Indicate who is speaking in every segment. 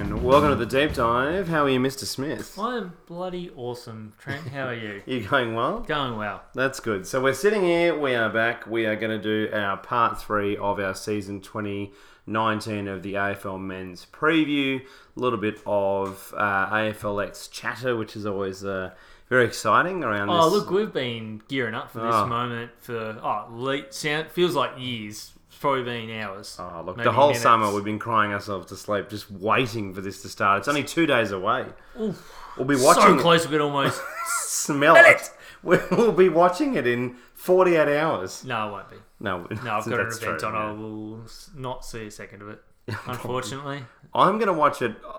Speaker 1: the deep dive. How are you, Mr. Smith?
Speaker 2: I'm bloody awesome, Trent. How are you?
Speaker 1: You going well?
Speaker 2: Going well.
Speaker 1: That's good. So we're sitting here. We are back. We are going to do our part three of our season 2019 of the AFL Men's Preview. A little bit of uh, AFLX chatter, which is always uh, very exciting around.
Speaker 2: Oh,
Speaker 1: this.
Speaker 2: look, we've been gearing up for this
Speaker 1: Oh.
Speaker 2: moment for oh, late sound feels like years. It's probably been hours.
Speaker 1: Oh, look,
Speaker 2: maybe
Speaker 1: the whole
Speaker 2: minutes.
Speaker 1: summer we've been crying ourselves to sleep, just waiting for this to start. It's only two days away. We'll be watching
Speaker 2: so close of it almost.
Speaker 1: it. Smell it. We'll be watching it in 48 hours.
Speaker 2: no, it won't be.
Speaker 1: No,
Speaker 2: No, I've got an
Speaker 1: that's
Speaker 2: event
Speaker 1: true,
Speaker 2: on.
Speaker 1: yeah.
Speaker 2: I will s- not see a second of it, unfortunately.
Speaker 1: I'm going to watch it, uh,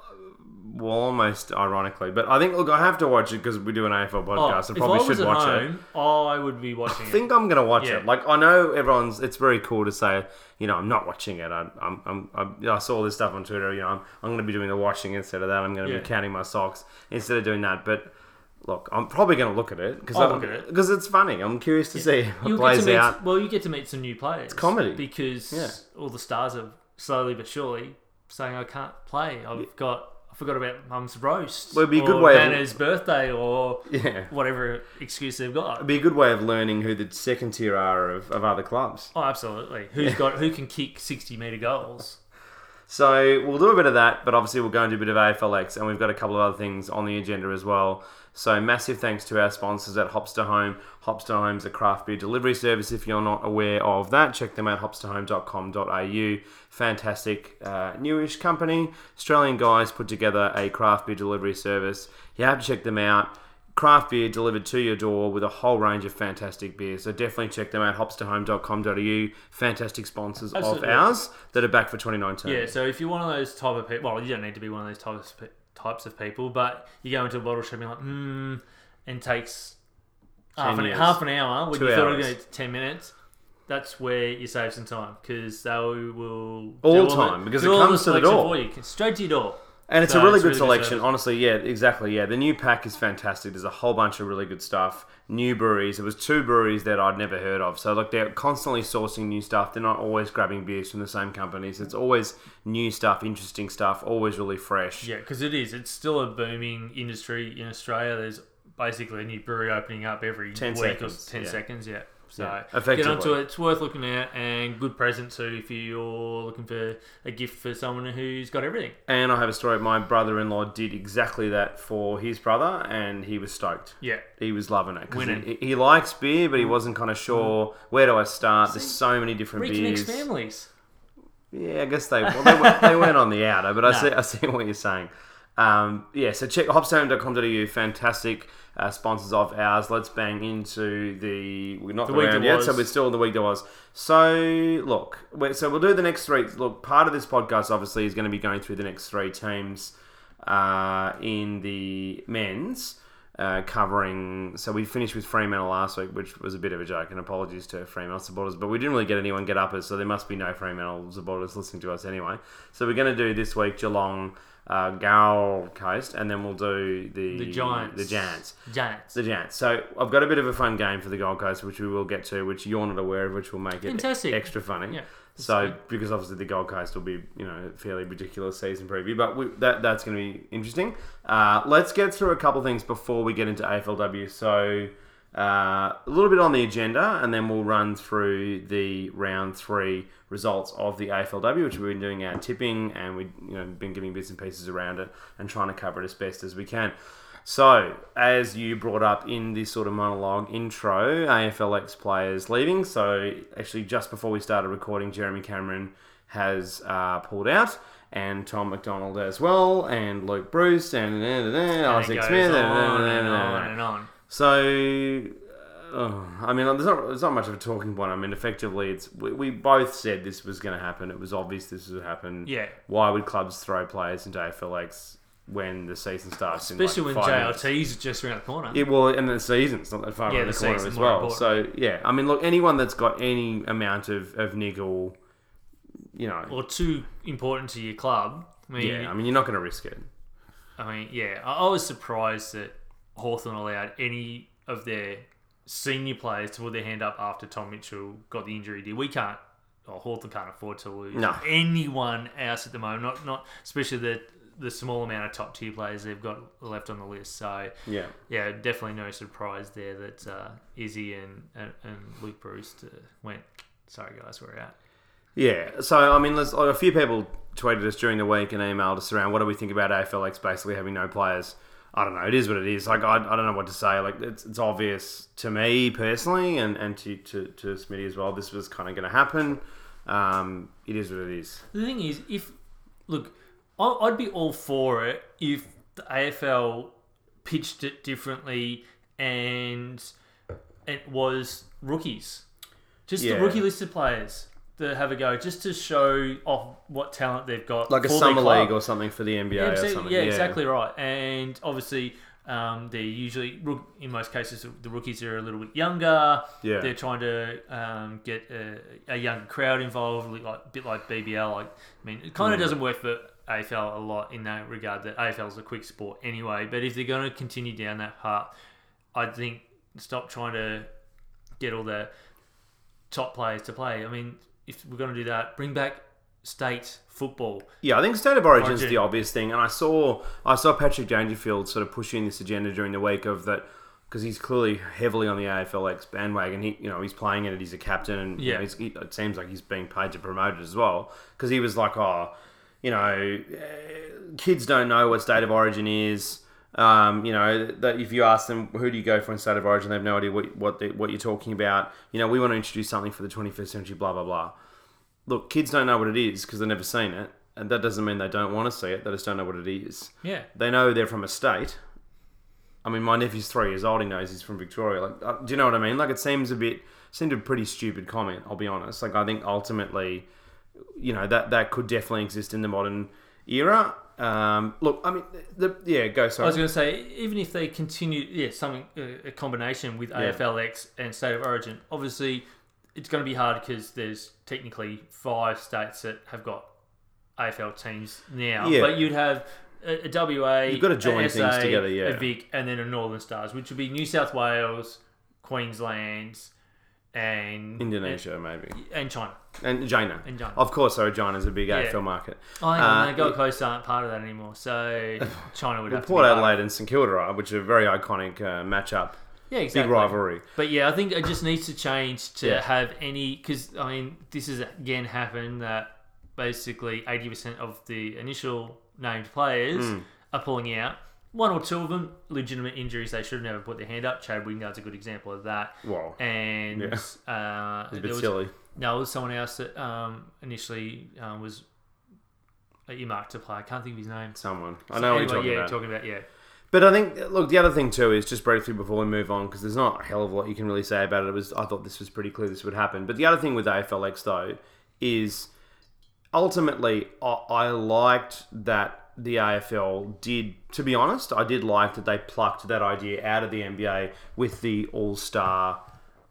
Speaker 1: well, almost ironically, but I think, look, I have to watch it because we do an AFL
Speaker 2: Oh,
Speaker 1: podcast and
Speaker 2: if
Speaker 1: probably
Speaker 2: I was
Speaker 1: should
Speaker 2: at
Speaker 1: watch it.
Speaker 2: home, oh, I would be watching
Speaker 1: I
Speaker 2: it.
Speaker 1: think I'm going to watch
Speaker 2: Yeah.
Speaker 1: it. Like, I know everyone's, it's very cool to say, you know, I'm not watching it. I, I'm, I'm, I'm, I saw this stuff on Twitter, you know, I'm, I'm going to be doing the watching instead of that. I'm going to
Speaker 2: Yeah.
Speaker 1: be counting my socks instead of doing that. But look, I'm probably going to look at it because
Speaker 2: I'll look at it.
Speaker 1: Because it's funny. I'm curious to see how it
Speaker 2: You'll
Speaker 1: plays
Speaker 2: get to
Speaker 1: out.
Speaker 2: Meet, well, you get to meet some new players. It's
Speaker 1: comedy.
Speaker 2: because
Speaker 1: Yeah.
Speaker 2: all the stars are slowly but surely saying, "I can't play. I've got." I forgot about Mum's roast.
Speaker 1: Well, it'd be a good
Speaker 2: or
Speaker 1: way of-
Speaker 2: Nana's birthday, or
Speaker 1: Yeah.
Speaker 2: whatever excuse they've got.
Speaker 1: It'd be a good way of learning who the second tier are of, of other clubs.
Speaker 2: Oh, absolutely. Who's got? Who can kick sixty meter goals?
Speaker 1: So we'll do a bit of that, but obviously we'll go into a bit of AFLX, and we've got a couple of other things on the agenda as well. So massive thanks to our sponsors at Hopster Home. Hopster Home's a craft beer delivery service. If you're not aware of that, check them out hopsterhome.com.au. Fantastic uh, newish company. Australian guys put together a craft beer delivery service. You have to check them out craft beer delivered to your door with a whole range of fantastic beers. So definitely check them out, hopsterhome.com.au. Fantastic sponsors
Speaker 2: Absolutely.
Speaker 1: of ours that are back for 2019.
Speaker 2: Yeah. So if you're one of those type of people, well, you don't need to be one of those types of pe- types of people, but you go into a bottle shop and you're like, hmm, and takes half an,
Speaker 1: years.
Speaker 2: half an hour when
Speaker 1: Two
Speaker 2: you thought it
Speaker 1: hours.
Speaker 2: was going to ten minutes. That's where you save some time because they will
Speaker 1: All
Speaker 2: do the-
Speaker 1: time, because
Speaker 2: do
Speaker 1: it
Speaker 2: all the
Speaker 1: comes to the
Speaker 2: selection
Speaker 1: door.
Speaker 2: for you, c- straight to your door.
Speaker 1: And it's
Speaker 2: So
Speaker 1: a really
Speaker 2: it's
Speaker 1: good
Speaker 2: really good
Speaker 1: selection,
Speaker 2: service.
Speaker 1: honestly. Yeah, exactly. Yeah, the new pack is fantastic. There's a whole bunch of really good stuff. New breweries. There was two breweries that I'd never heard of. So look, they're constantly sourcing new stuff. They're not always grabbing beers from the same companies. It's always new stuff, interesting stuff, always really fresh.
Speaker 2: Yeah, because it is. It's still a booming industry in Australia. There's basically a new brewery opening up every
Speaker 1: 10
Speaker 2: week
Speaker 1: seconds,
Speaker 2: or ten
Speaker 1: yeah.
Speaker 2: seconds. Yeah. So
Speaker 1: Yeah,
Speaker 2: get onto
Speaker 1: effectively.
Speaker 2: it. It's worth looking at and good present too if you're looking for a gift for someone who's got everything.
Speaker 1: And I have a story. My brother-in-law did exactly that for his brother, and he was stoked.
Speaker 2: Yeah.
Speaker 1: he was loving it because
Speaker 2: Winning. Mm.
Speaker 1: he, he likes beer, but he wasn't kind of sure where do I start. There's so many different
Speaker 2: Reconnects
Speaker 1: beers.
Speaker 2: families.
Speaker 1: Yeah, I guess they well, they, weren't, they weren't on the outer, but I
Speaker 2: No.
Speaker 1: see I see what you're saying. Um, yeah, so check hopstone.com.au. Fantastic uh, sponsors of ours. Let's bang into the we're not the
Speaker 2: week
Speaker 1: round
Speaker 2: that
Speaker 1: yet,
Speaker 2: was.
Speaker 1: so we're still in the week that was. So look, we- so we'll do the next three. Look, part of this podcast obviously is going to be going through the next three teams uh, in the men's. Uh, covering, so we finished with Fremantle last week, which was a bit of a joke, and apologies to Fremantle supporters, but we didn't really get anyone get uppers, so there must be no Fremantle supporters listening to us anyway. So we're going to do this week Geelong, uh, Gold Coast, and then we'll do the
Speaker 2: The Giants.
Speaker 1: the Giants,
Speaker 2: Giants.
Speaker 1: the Giants. So I've got a bit of a fun game for the Gold Coast, which we will get to, which you're not aware of, which will make it
Speaker 2: Fantastic.
Speaker 1: extra funny.
Speaker 2: Yeah, that's
Speaker 1: so
Speaker 2: good.
Speaker 1: because obviously the Gold Coast will be you know a fairly ridiculous season preview, but we, that that's going to be interesting. Uh, let's get through a couple things before we get into AFLW. So. Uh, a little bit on the agenda, and then we'll run through the round three results of the AFLW, which we've been doing our tipping, and we've you know been giving bits and pieces around it and trying to cover it as best as we can. So, as you brought up in this sort of monologue intro, AFLX players leaving. So, actually, just before we started recording, Jeremy Cameron has uh, pulled out, and Tom McDonald as well, and Luke Bruce, and, and, and
Speaker 2: And it
Speaker 1: Isaac
Speaker 2: goes
Speaker 1: Smith, and-
Speaker 2: on
Speaker 1: and-
Speaker 2: and
Speaker 1: and-
Speaker 2: on
Speaker 1: and-
Speaker 2: and on.
Speaker 1: so, uh, I mean, there's not, there's not much of a talking point. I mean, effectively, it's we, we both said this was going to happen. It was obvious this would happen.
Speaker 2: Yeah.
Speaker 1: Why would clubs throw players into AFLX when the season starts?
Speaker 2: Especially
Speaker 1: in
Speaker 2: when
Speaker 1: like five minutes?
Speaker 2: JLT's just around the corner.
Speaker 1: Yeah, well, and the season's not that far
Speaker 2: Yeah,
Speaker 1: around the,
Speaker 2: the
Speaker 1: corner
Speaker 2: season's
Speaker 1: as
Speaker 2: more
Speaker 1: well. So, yeah, I mean, look, anyone that's got any amount of, of niggle, you know,
Speaker 2: Or too important to your club. I mean,
Speaker 1: yeah, I mean, you're not going to risk it.
Speaker 2: I mean, yeah, I, I was surprised that Hawthorn allowed any of their senior players to put their hand up after Tom Mitchell got the injury. Did we can't, or Hawthorn can't afford to lose
Speaker 1: No.
Speaker 2: anyone else at the moment. Not not especially the the small amount of top tier players they've got left on the list. So
Speaker 1: Yeah.
Speaker 2: yeah, definitely no surprise there that uh, Izzy and, and and Luke Bruce uh, went. Sorry guys, we're out.
Speaker 1: Yeah. So I mean, there's like, a few people tweeted us during the week and emailed us around. What do we think about AFLX basically having no players? I don't know. It is what it is. Like I, I don't know what to say. Like it's, it's obvious to me personally, and and to to, to Smitty as well. This was kind of going to happen. Um, it is what it is.
Speaker 2: The thing is, if look, I- I'd be all for it if the AFL pitched it differently and it was rookies, just
Speaker 1: Yeah.
Speaker 2: the rookie listed players that have a go, just to show off what talent they've got,
Speaker 1: Like a
Speaker 2: for their
Speaker 1: summer
Speaker 2: club.
Speaker 1: league or something for the NBA
Speaker 2: Yeah,
Speaker 1: or
Speaker 2: exactly-
Speaker 1: something.
Speaker 2: yeah, exactly right. And obviously, um, they're usually rook- in most cases the rookies are a little bit younger.
Speaker 1: Yeah.
Speaker 2: they're trying to um, get a, a younger crowd involved, li- like a bit like BBL. Like, I mean, it
Speaker 1: Hmm.
Speaker 2: kind of doesn't work for AFL a lot in that regard. That AFL is a quick sport anyway. But if they're going to continue down that path, I think stop trying to get all the top players to play. I mean, if we're going to do that, bring back state football.
Speaker 1: Yeah, I think state of origin is
Speaker 2: Origin.
Speaker 1: the obvious thing, and I saw I saw Patrick Dangerfield sort of pushing this agenda during the week of that because he's clearly heavily on the AFLX bandwagon. He, you know, he's playing in it. He's a captain, and you know,
Speaker 2: Yeah.
Speaker 1: he's, he, it seems like he's being paid to promote it as well. Because he was like, oh, you know, eh, kids don't know what state of origin is. Um, you know that if you ask them who do you go for in state of origin, they have no idea what what, they, what you're talking about. You know, we want to introduce something for the 21st century. Blah blah blah look, kids don't know what it is because they've never seen it, and that doesn't mean they don't want to see it. They just don't know what it is.
Speaker 2: Yeah.
Speaker 1: They know they're from a state. I mean, my nephew's three years old. He knows he's from Victoria. Like, uh, do you know what I mean? Like, it seems a bit seemed a pretty stupid comment. I'll be honest. Like, I think ultimately, you know, that that could definitely exist in the modern era. Um, look, I mean, the, the- yeah, go
Speaker 2: I was
Speaker 1: sorry.
Speaker 2: going to say, even if they continue, yeah, something uh, a combination with AFLX and State of Origin, obviously it's going to be hard because there's technically five states that have got AFL teams now,
Speaker 1: Yeah.
Speaker 2: but you'd have a, a WA,
Speaker 1: You've gotta join
Speaker 2: a
Speaker 1: things
Speaker 2: SA,
Speaker 1: together, yeah.
Speaker 2: a Vic, and then a Northern Stars, which would be New South Wales, Queensland, and
Speaker 1: Indonesia, maybe,
Speaker 2: and, and China.
Speaker 1: and China.
Speaker 2: And China.
Speaker 1: Of course, so China's a big
Speaker 2: Yeah.
Speaker 1: AFL market.
Speaker 2: Oh, hang
Speaker 1: Uh,
Speaker 2: on, the Gold Coast aren't part of that anymore, so China would have to be
Speaker 1: Port
Speaker 2: part of it.
Speaker 1: Adelaide and St Kilda, are, which are very iconic uh, matchup,
Speaker 2: Yeah, exactly.
Speaker 1: big rivalry.
Speaker 2: But yeah, I think it just needs to change to
Speaker 1: Yeah.
Speaker 2: have any because I mean this has again happened that basically eighty percent of the initial named players
Speaker 1: Hmm.
Speaker 2: are pulling out. One or two of them legitimate injuries they should have never put their hand up. Chad Wingard's a good example of that.
Speaker 1: Well,
Speaker 2: And
Speaker 1: Yeah.
Speaker 2: uh,
Speaker 1: a
Speaker 2: there
Speaker 1: bit
Speaker 2: was,
Speaker 1: silly.
Speaker 2: no, it was someone else that um, initially um, was uh, earmarked to play. I can't think of his name.
Speaker 1: Someone. I know what you're
Speaker 2: Anyway,
Speaker 1: talking
Speaker 2: yeah,
Speaker 1: about.
Speaker 2: talking about yeah.
Speaker 1: but I think, look, the other thing too is just briefly before we move on, because there's not a hell of a lot you can really say about it. it was, I thought this was pretty clear this would happen. But the other thing with AFLX though is ultimately, I, I liked that the AFL did, to be honest, I did like that they plucked that idea out of the NBA with the All Star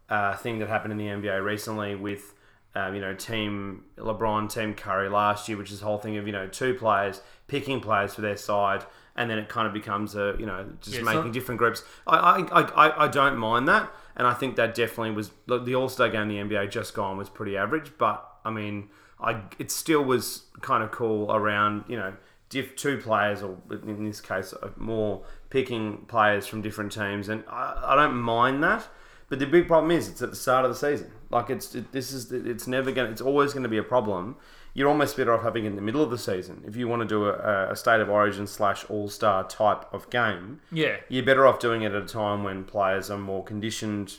Speaker 1: uh, thing that happened in the NBA recently with. Um, you know, team LeBron, team Curry last year, which is the whole thing of you know two players picking players for their side, and then it kind of becomes a you know just
Speaker 2: Yeah, it's
Speaker 1: making
Speaker 2: not-
Speaker 1: different groups. I I, I, I I don't mind that, and I think that definitely was look, the All Star game. The NBA just gone was pretty average, but I mean, I it still was kind of cool around you know diff two players or in this case uh, more picking players from different teams, and I, I don't mind that. But the big problem is it's at the start of the season. Like it's it, this is it's never going. to It's always going to be a problem. You're almost better off having it in the middle of the season if you want to do a, a state of origin slash all star type of game
Speaker 2: Yeah.
Speaker 1: you're better off doing it at a time when players are more conditioned.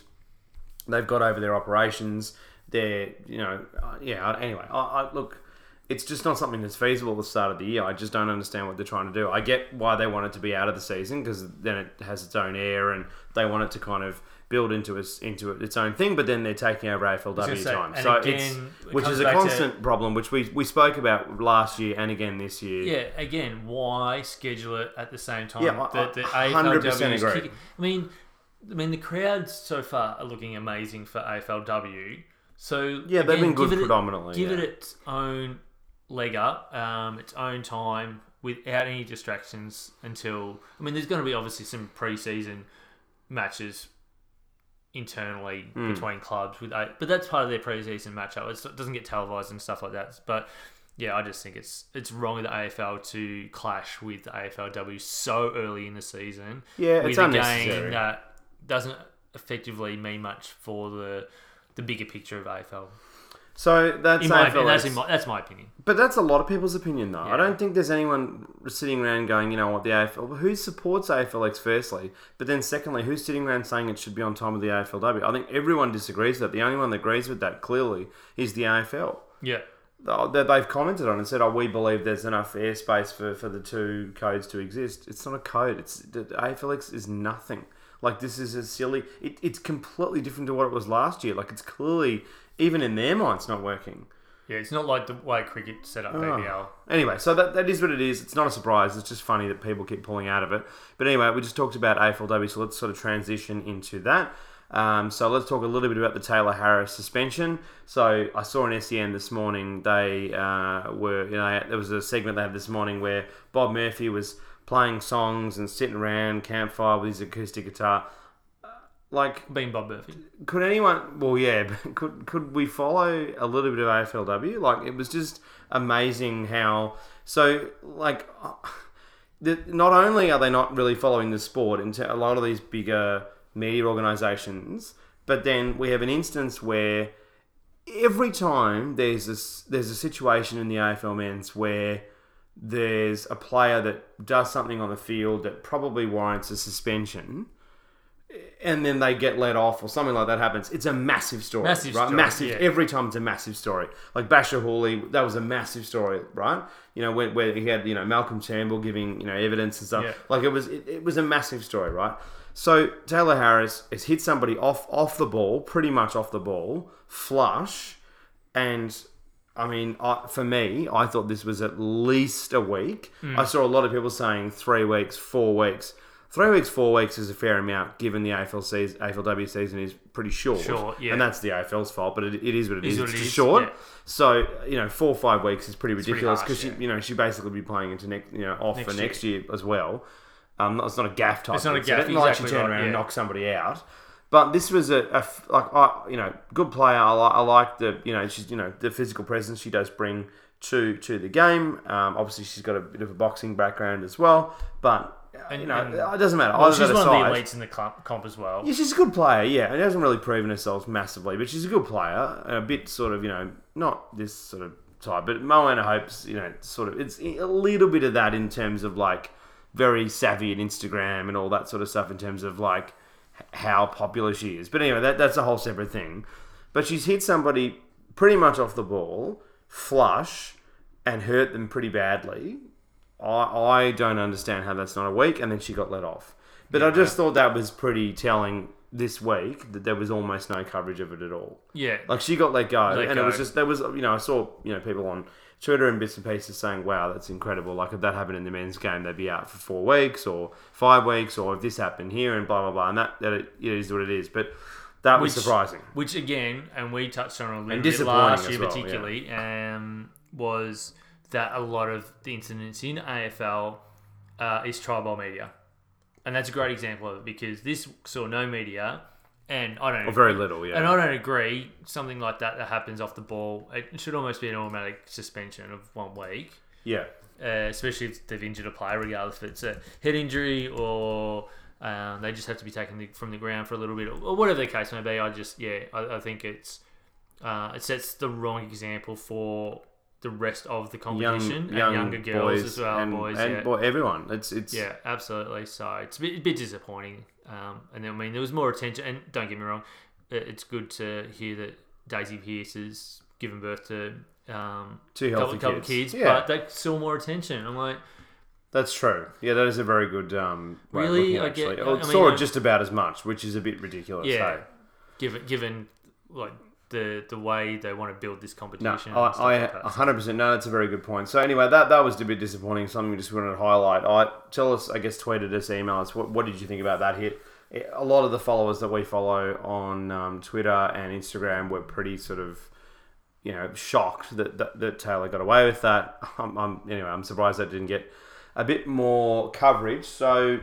Speaker 1: They've got over their operations. They're, you know, uh, yeah. I- Anyway, I, I look. It's just not something that's feasible at the start of the year. I just don't understand what they're trying to do. I get why they want it to be out of the season because then it has its own air and they want it to kind of build into its into its own thing. But then they're taking over AFLW
Speaker 2: say,
Speaker 1: time,
Speaker 2: and
Speaker 1: so
Speaker 2: again,
Speaker 1: it's
Speaker 2: it
Speaker 1: which
Speaker 2: comes
Speaker 1: is a
Speaker 2: back to-
Speaker 1: constant problem, which we we spoke about last year and again this year.
Speaker 2: Yeah, again, why schedule it at the same time
Speaker 1: Yeah, I-
Speaker 2: that the
Speaker 1: I 100%
Speaker 2: AFLW is
Speaker 1: agree.
Speaker 2: kicking? I mean, I mean the crowds so far are looking amazing for AFLW. So
Speaker 1: Yeah, they've been good
Speaker 2: give it-
Speaker 1: predominantly,
Speaker 2: Give
Speaker 1: yeah.
Speaker 2: it its own leg up, um, its own time without any distractions until. I mean, there's going to be obviously some pre-season matches internally
Speaker 1: Hmm.
Speaker 2: between clubs with eight, but that's part of their preseason matchup. It's, it doesn't get televised and stuff like that. But yeah, I just think it's it's wrong of the AFL to clash with the AFLW so early in the season.
Speaker 1: Yeah,
Speaker 2: with
Speaker 1: it's
Speaker 2: a
Speaker 1: unnecessary.
Speaker 2: game that doesn't effectively mean much for the the bigger picture of AFL.
Speaker 1: So that's
Speaker 2: In my,
Speaker 1: AFL.
Speaker 2: opinion, that's, in my, that's my opinion.
Speaker 1: But that's a lot of people's opinion, though. I
Speaker 2: Yeah.
Speaker 1: don't think there's anyone sitting around going, you know what, the AFL. Who supports AFLX, firstly? But then, secondly, who's sitting around saying it should be on time with the AFLW? I think everyone disagrees with that. The only one that agrees with that, clearly, is the AFL.
Speaker 2: Yeah,
Speaker 1: Oh, That they've commented on and said, oh, we believe there's enough airspace for, for the two codes to exist. It's not a code. It's the the AFLX is nothing. Like, this is a silly. It, it's completely different to what it was last year. Like, it's clearly, even in their minds, not working.
Speaker 2: yeah. It's not like the way cricket set
Speaker 1: Oh.
Speaker 2: up BBL.
Speaker 1: Anyway, so that, that is what it is. It's not a surprise. It's just funny that people keep pulling out of it. But anyway, we just talked about AFLW, so let's sort of transition into that. Um, so let's talk a little bit about the Taylor Harris suspension. So I saw an SEN this morning. They uh, were, you know, there was a segment they had this morning where Bob Murphy was playing songs and sitting around campfire with his acoustic guitar. Uh, Like,
Speaker 2: Being Bob Murphy.
Speaker 1: could anyone? Well, yeah. But could could we follow a little bit of AFLW? Like it was just amazing how so like the, not only are they not really following the sport into a lot of these bigger media organisations, but then we have an instance where every time there's this there's a situation in the AFL men's where there's a player that does something on the field that probably warrants a suspension and then they get let off or something like that happens. It's a massive story,
Speaker 2: Massive
Speaker 1: right?
Speaker 2: story,
Speaker 1: massive.
Speaker 2: yeah.
Speaker 1: Every time it's a massive story. Like Basher Hawley, that was a massive story, right? You know, where, where he had you know Malcolm Turnbull giving you know evidence and stuff.
Speaker 2: Yeah.
Speaker 1: Like it was, it, it was a massive story, right? So Taylor Harris has hit somebody off off the ball, pretty much off the ball, flush, and I mean, I, for me, I thought this was at least a week.
Speaker 2: Hmm.
Speaker 1: I saw a lot of people saying three weeks, four weeks. Three weeks, four weeks is a fair amount, given the AFL season, AFLW season is pretty short.
Speaker 2: Short, yeah.
Speaker 1: And that's the AFL's fault, but it, it is what it is.
Speaker 2: what
Speaker 1: it's
Speaker 2: it
Speaker 1: just
Speaker 2: is,
Speaker 1: short.
Speaker 2: yeah.
Speaker 1: So you know, four or five weeks is pretty
Speaker 2: pretty
Speaker 1: ridiculous
Speaker 2: harsh,
Speaker 1: because
Speaker 2: yeah.
Speaker 1: you know she'd basically be playing into next, you know, off
Speaker 2: Next
Speaker 1: for
Speaker 2: year.
Speaker 1: next year as well. Um, not- it's not a gaff type.
Speaker 2: It's not a
Speaker 1: incident,
Speaker 2: gaff,
Speaker 1: Not
Speaker 2: exactly
Speaker 1: like she turned
Speaker 2: right,
Speaker 1: around and
Speaker 2: yeah.
Speaker 1: knocked somebody out. But this was a, a f- like I you know good player. I, li- I like the you know she's you know the physical presence she does bring to to the game. Um, obviously she's got a bit of a boxing background as well, but. uh
Speaker 2: And-
Speaker 1: you know,
Speaker 2: and-
Speaker 1: it doesn't matter.
Speaker 2: Well,
Speaker 1: Either
Speaker 2: she's
Speaker 1: that
Speaker 2: one of
Speaker 1: aside-
Speaker 2: the elites in the club, comp as well.
Speaker 1: yeah, she's a good player. Yeah, and hasn't really proven herself massively, but she's a good player. A bit sort of, you know, not this sort of type, but Moana Hope's, you know, sort of. It's a little bit of that in terms of like very savvy and Instagram and all that sort of stuff in terms of like h- how popular she is. But anyway, that, that's a whole separate thing. But she's hit somebody pretty much off the ball, flush, and hurt them pretty badly. I, I don't understand how that's not a week, and then she got let off. But I just thought that was pretty telling this week that there was almost no coverage of it at all.
Speaker 2: Yeah,
Speaker 1: Like she got let go,
Speaker 2: Let
Speaker 1: and it was
Speaker 2: go.
Speaker 1: just there was you know I saw you know people on Twitter and bits and pieces saying, "Wow, that's incredible!" Like if that happened in the men's game, they'd be out for four weeks or five weeks, or if this happened here and blah blah blah, and that that it, it is what it is. But that was
Speaker 2: Which-
Speaker 1: surprising.
Speaker 2: which again, and we touched on it a little bit
Speaker 1: disappointing
Speaker 2: last
Speaker 1: as
Speaker 2: year,
Speaker 1: well, yeah.
Speaker 2: particularly, um, was that a lot of the incidents in AFL uh, is tried by media, and that's a great example of it because this saw no media, and I don't
Speaker 1: Or Oh, very little, yeah.
Speaker 2: and I don't agree. Something like that that happens off the ball, it should almost be an automatic suspension of one week
Speaker 1: yeah.
Speaker 2: uh, especially if they've injured a player, regardless if it's a head injury or um, they just have to be taken the, from the ground for a little bit or whatever the case may be. I just, yeah, I, I think it's uh, it sets the wrong example for the rest of the competition and younger girls as well,
Speaker 1: and,
Speaker 2: boys.
Speaker 1: and
Speaker 2: yeah.
Speaker 1: boy, everyone. It's it's
Speaker 2: Yeah, absolutely. So it's a bit, a bit disappointing. Um, and then, I mean, there was more attention. And don't get me wrong, i- it's good to hear that Daisy Pierce has given birth to um,
Speaker 1: Two healthy
Speaker 2: couple, couple
Speaker 1: kids.
Speaker 2: kids,
Speaker 1: Yeah.
Speaker 2: but that saw more attention. I'm like,
Speaker 1: That's true. Yeah, that is a very good um, way of
Speaker 2: Really?
Speaker 1: looking at it,
Speaker 2: I get-
Speaker 1: actually.
Speaker 2: I
Speaker 1: I
Speaker 2: mean,
Speaker 1: saw
Speaker 2: I-
Speaker 1: it just about as much, which is a bit ridiculous.
Speaker 2: yeah,
Speaker 1: hey?
Speaker 2: given given like the the way they want to build this
Speaker 1: No,
Speaker 2: competition. and stuff
Speaker 1: I,
Speaker 2: like that.
Speaker 1: I 100% no, that's a very good point. So anyway, that that was a bit disappointing. Something we just wanted to highlight. I tell us, I guess, tweeted us, email us. What, what did you think about that hit? Eh, A lot of the followers that we follow on um, Twitter and Instagram were pretty sort of, you know, shocked that that, that Taylor got away with that. I'm, I'm anyway, I'm surprised that didn't get a bit more coverage. So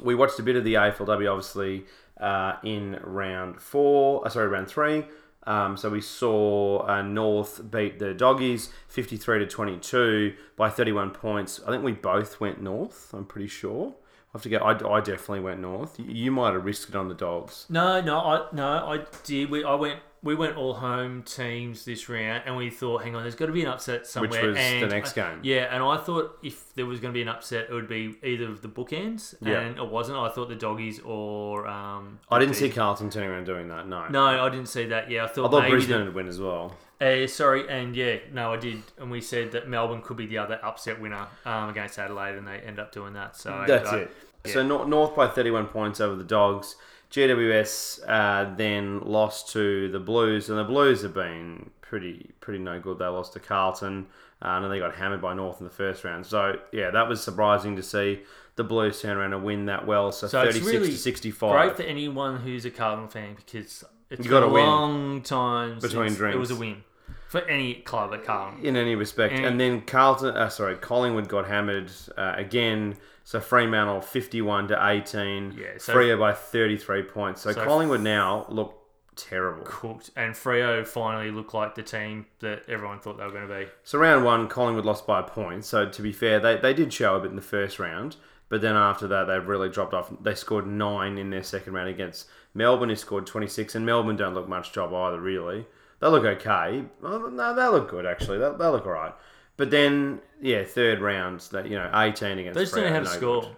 Speaker 1: we watched a bit of the AFLW, obviously, uh, in round four. Uh, sorry, round three. Um, so we saw uh, North beat the Doggies 53 to 22 by 31 points. I think we both went North. I'm pretty sure. I have to go. I, I definitely went North. You, you might have risked it on the Dogs.
Speaker 2: No, no, I no, I did. We I went. We went all home teams this round, and we thought, hang on, there's got to be an upset somewhere.
Speaker 1: was the
Speaker 2: and
Speaker 1: next
Speaker 2: I-
Speaker 1: game.
Speaker 2: Yeah, and I thought if there was going to be an upset, it would be either of the bookends,
Speaker 1: Yeah.
Speaker 2: and it wasn't. I thought the doggies or um.
Speaker 1: I didn't
Speaker 2: the-
Speaker 1: see Carlton turning around doing that. No.
Speaker 2: No, I didn't see that. Yeah, I
Speaker 1: I
Speaker 2: thought,
Speaker 1: thought
Speaker 2: maybe.
Speaker 1: Brisbane
Speaker 2: The,
Speaker 1: would win as well.
Speaker 2: uh, sorry, and yeah, no, I did, and we said that Melbourne could be the other upset winner um, against Adelaide, and they end up doing that. So
Speaker 1: Mm, That's
Speaker 2: but-
Speaker 1: it. So Nor- North by 31 points over the Dogs. GWS uh, then lost to the Blues, and the Blues have been pretty pretty no good. They lost to Carlton, uh, and then they got hammered by North in the first round. So yeah, that was surprising to see the Blues turn around and win that well. So,
Speaker 2: So it's
Speaker 1: 36
Speaker 2: really
Speaker 1: to
Speaker 2: Great
Speaker 1: 65.
Speaker 2: for anyone who's a Carlton fan because it's
Speaker 1: You
Speaker 2: got
Speaker 1: gotta
Speaker 2: a
Speaker 1: win.
Speaker 2: long time
Speaker 1: Between
Speaker 2: since
Speaker 1: drinks.
Speaker 2: It was a win for any club at Carlton.
Speaker 1: in any respect,
Speaker 2: And-
Speaker 1: and then Carlton, uh, sorry, Collingwood got hammered uh, again. So Fremantle fifty-one to eighteen,
Speaker 2: Yeah, so-
Speaker 1: Freo by thirty-three points. So,
Speaker 2: So-
Speaker 1: Collingwood now look terrible.
Speaker 2: Cooked and Freo finally looked like the team that everyone thought they were going to be.
Speaker 1: So round one, Collingwood lost by a point. So to be fair, they, they did show a bit in the first round, but then after that, they've really dropped off. They scored nine in their second round against Melbourne, who scored twenty six, and Melbourne don't look much job either. Really, they look okay. Well, No, they look good actually. They, they look all right. But then, yeah, third round, that you know, eighteen against.
Speaker 2: They just don't know
Speaker 1: Freo,
Speaker 2: how to
Speaker 1: no
Speaker 2: score.
Speaker 1: good.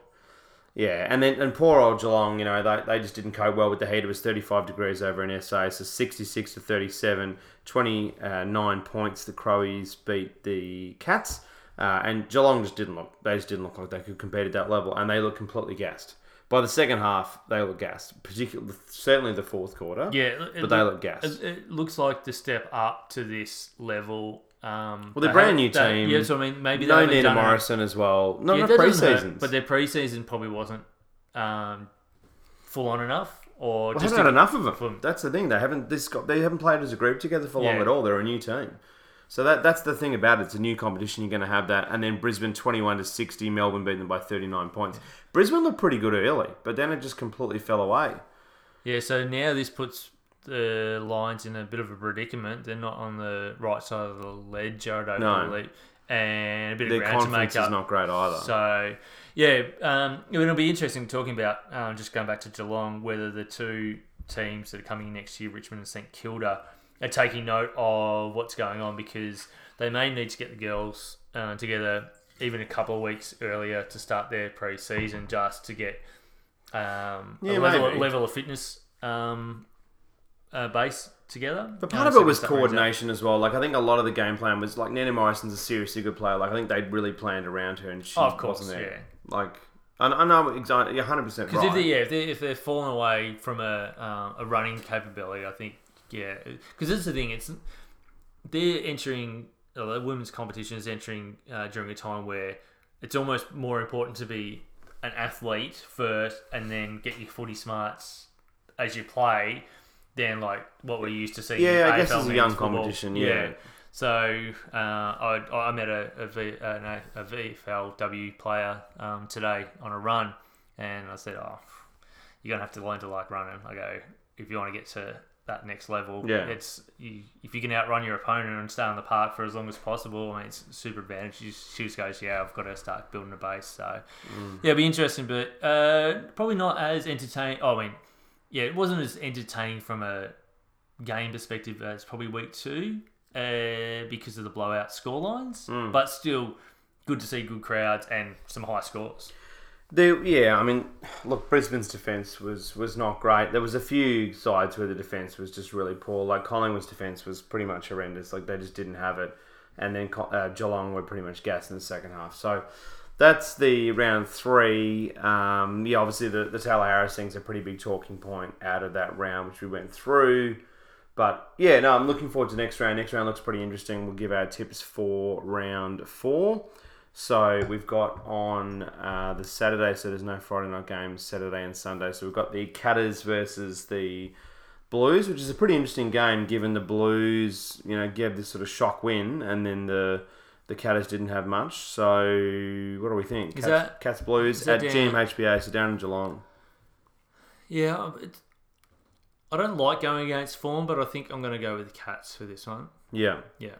Speaker 1: Yeah, and then and poor old Geelong, you know, they, they just didn't cope well with the heat. It was 35 degrees over in SA, so 66 to 37, 29 points. The Crowies beat the Cats, uh, and Geelong just didn't look. They just didn't look like they could compete at that level, and they looked completely gassed. By the second half, they looked gassed, particularly certainly the fourth quarter.
Speaker 2: Yeah, it,
Speaker 1: but they
Speaker 2: look-
Speaker 1: looked gassed.
Speaker 2: it, it looks like the step up to this level. Um,
Speaker 1: Well, they're
Speaker 2: they
Speaker 1: brand
Speaker 2: haven't-
Speaker 1: new
Speaker 2: they-
Speaker 1: team.
Speaker 2: Yeah, so I mean, maybe they
Speaker 1: no
Speaker 2: haven't
Speaker 1: Nina
Speaker 2: done it-
Speaker 1: Morrison as well. No,
Speaker 2: Yeah,
Speaker 1: no
Speaker 2: that doesn't hurt,
Speaker 1: preseasons.
Speaker 2: but their preseason probably wasn't um, full on enough, or
Speaker 1: Well,
Speaker 2: just
Speaker 1: haven't
Speaker 2: to-
Speaker 1: had enough of them.
Speaker 2: from-
Speaker 1: That's the thing. They haven't this got, they haven't played as a group together for long
Speaker 2: Yeah.
Speaker 1: at all. They're a new team. So that that's the thing about it. It's a new competition. You're going to have that, and then Brisbane twenty-one to sixty. Melbourne beating them by thirty-nine points. Brisbane looked pretty good early, but then it just completely fell away.
Speaker 2: Yeah, so now this puts the Lions in a bit of a predicament. They're not on the right side of the ledge, I don't
Speaker 1: No.
Speaker 2: believe. And a bit
Speaker 1: Their
Speaker 2: of ground to make
Speaker 1: conference is
Speaker 2: up.
Speaker 1: not great either.
Speaker 2: so, yeah, um, it'll be interesting talking about, um, just going back to Geelong, whether the two teams that are coming next year, Richmond and St Kilda, are taking note of what's going on because they may need to get the girls uh, together even a couple of weeks earlier to start their pre-season just to get um,
Speaker 1: Yeah,
Speaker 2: a level,
Speaker 1: maybe.
Speaker 2: level of fitness um, uh, base together.
Speaker 1: But part
Speaker 2: Uh,
Speaker 1: of
Speaker 2: so
Speaker 1: it was
Speaker 2: that runs out.
Speaker 1: coordination as well. Like I think a lot of the game plan was like Nana Morrison's a seriously good player. Like I think they'd really planned around her, and she
Speaker 2: Oh, of course,
Speaker 1: wasn't there.
Speaker 2: yeah.
Speaker 1: Like I, I know exactly. You're hundred percent
Speaker 2: Because
Speaker 1: right.
Speaker 2: if they yeah, if they if they're falling away from a um, a running capability, I think yeah. Because that's the thing. It's they're entering uh, the women's competition is entering uh, during a time where it's almost more important to be an athlete first and then get your footy smarts as you play than like what we're used to seeing. in
Speaker 1: Yeah, I guess
Speaker 2: AFL
Speaker 1: it's a
Speaker 2: men's
Speaker 1: young
Speaker 2: football.
Speaker 1: competition, yeah.
Speaker 2: So uh, I, I met a, a, v, uh, no, a VFLW player um, today on a run, and I said, "Oh, you're gonna have to learn to like running." I go, "If you want to get to that next level,
Speaker 1: Yeah.
Speaker 2: it's you, if you can outrun your opponent and stay on the park for as long as possible. I mean, it's a super advantage." She just, she just goes, "Yeah, I've got to start building a base." So yeah, it'll be interesting, but uh, probably not as entertaining. Oh, I mean, yeah, it wasn't as entertaining from a game perspective as probably week two uh, because of the blowout scorelines, but still good to see good crowds and some high scores.
Speaker 1: They, yeah, I mean, look, Brisbane's defence was was not great. There was a few sides where the defence was just really poor. Like Collingwood's defence was pretty much horrendous. Like they just didn't have it, and then Co- uh, Geelong were pretty much gassed in the second half. So that's the round three. Um, yeah, obviously the the Taylor Harris thing's a pretty big talking point out of that round, which we went through. But yeah, no, I'm looking forward to next round. Next round looks pretty interesting. We'll give our tips for round four. So we've got on uh, the Saturday, so there's no Friday night games, Saturday and Sunday. So we've got the Catters versus the Blues, which is a pretty interesting game given the Blues, you know, gave this sort of shock win and then the the Catters didn't have much. So what do we think?
Speaker 2: Is
Speaker 1: Cats,
Speaker 2: that-
Speaker 1: Cats Blues
Speaker 2: is that
Speaker 1: at
Speaker 2: down-
Speaker 1: GMHBA, so down in Geelong.
Speaker 2: Yeah, it's, um, I don't like going against form, but I think I'm going to go with the Cats for this one.
Speaker 1: Yeah.
Speaker 2: Yeah.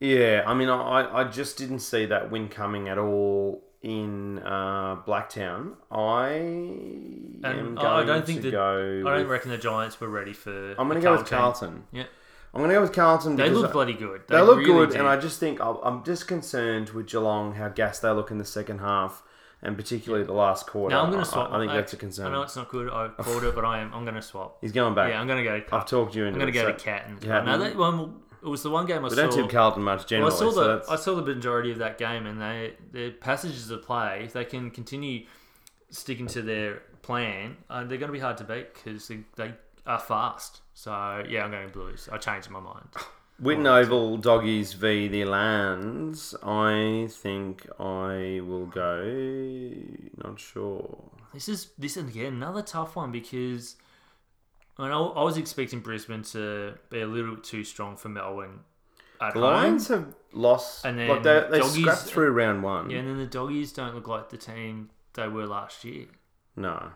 Speaker 1: Yeah, I mean, I, I just didn't see that win coming at all in uh, Blacktown. I am going
Speaker 2: And I don't think
Speaker 1: to
Speaker 2: that-
Speaker 1: go.
Speaker 2: I don't
Speaker 1: with-
Speaker 2: reckon the Giants were ready for.
Speaker 1: I'm going to
Speaker 2: a
Speaker 1: go with
Speaker 2: Carlton.
Speaker 1: Carlton.
Speaker 2: Yeah.
Speaker 1: I'm going to go with Carlton.
Speaker 2: They
Speaker 1: because
Speaker 2: look
Speaker 1: I-
Speaker 2: bloody good.
Speaker 1: They, look
Speaker 2: really
Speaker 1: good,
Speaker 2: do.
Speaker 1: and I just think I'm I'm just concerned with Geelong how gassed they look in the second half, and particularly the last quarter.
Speaker 2: Now I'm going
Speaker 1: I-
Speaker 2: to swap.
Speaker 1: I, I think
Speaker 2: I-
Speaker 1: that's a
Speaker 2: I know
Speaker 1: concern.
Speaker 2: it's not good. I called it, but I am. I'm going to swap.
Speaker 1: He's going back.
Speaker 2: Yeah, I'm going to go. Cat.
Speaker 1: I've talked you
Speaker 2: I'm
Speaker 1: into.
Speaker 2: going to
Speaker 1: it,
Speaker 2: go to
Speaker 1: so-
Speaker 2: Catton.
Speaker 1: Yeah.
Speaker 2: Now that one, it was the one game I
Speaker 1: We
Speaker 2: saw.
Speaker 1: don't tip Carlton much
Speaker 2: Well, I
Speaker 1: generally.
Speaker 2: saw
Speaker 1: so
Speaker 2: the
Speaker 1: that's-
Speaker 2: I saw the majority of that game, and they their passages of play. If they can continue sticking to their plan, uh, they're going to be hard to beat because they, they are fast. So yeah, I'm going Blues. I changed my mind.
Speaker 1: Witten Oval Doggies v the Lands. I think I will go. Not sure.
Speaker 2: This is this is again another tough one because I, mean, I, I was expecting Brisbane to be a little bit too strong for Melbourne at
Speaker 1: The
Speaker 2: home.
Speaker 1: Lions have lost.
Speaker 2: And
Speaker 1: like they
Speaker 2: then
Speaker 1: they
Speaker 2: Doggies-
Speaker 1: scrapped through round one.
Speaker 2: Yeah, and then the doggies don't look like the team they were last year.
Speaker 1: No.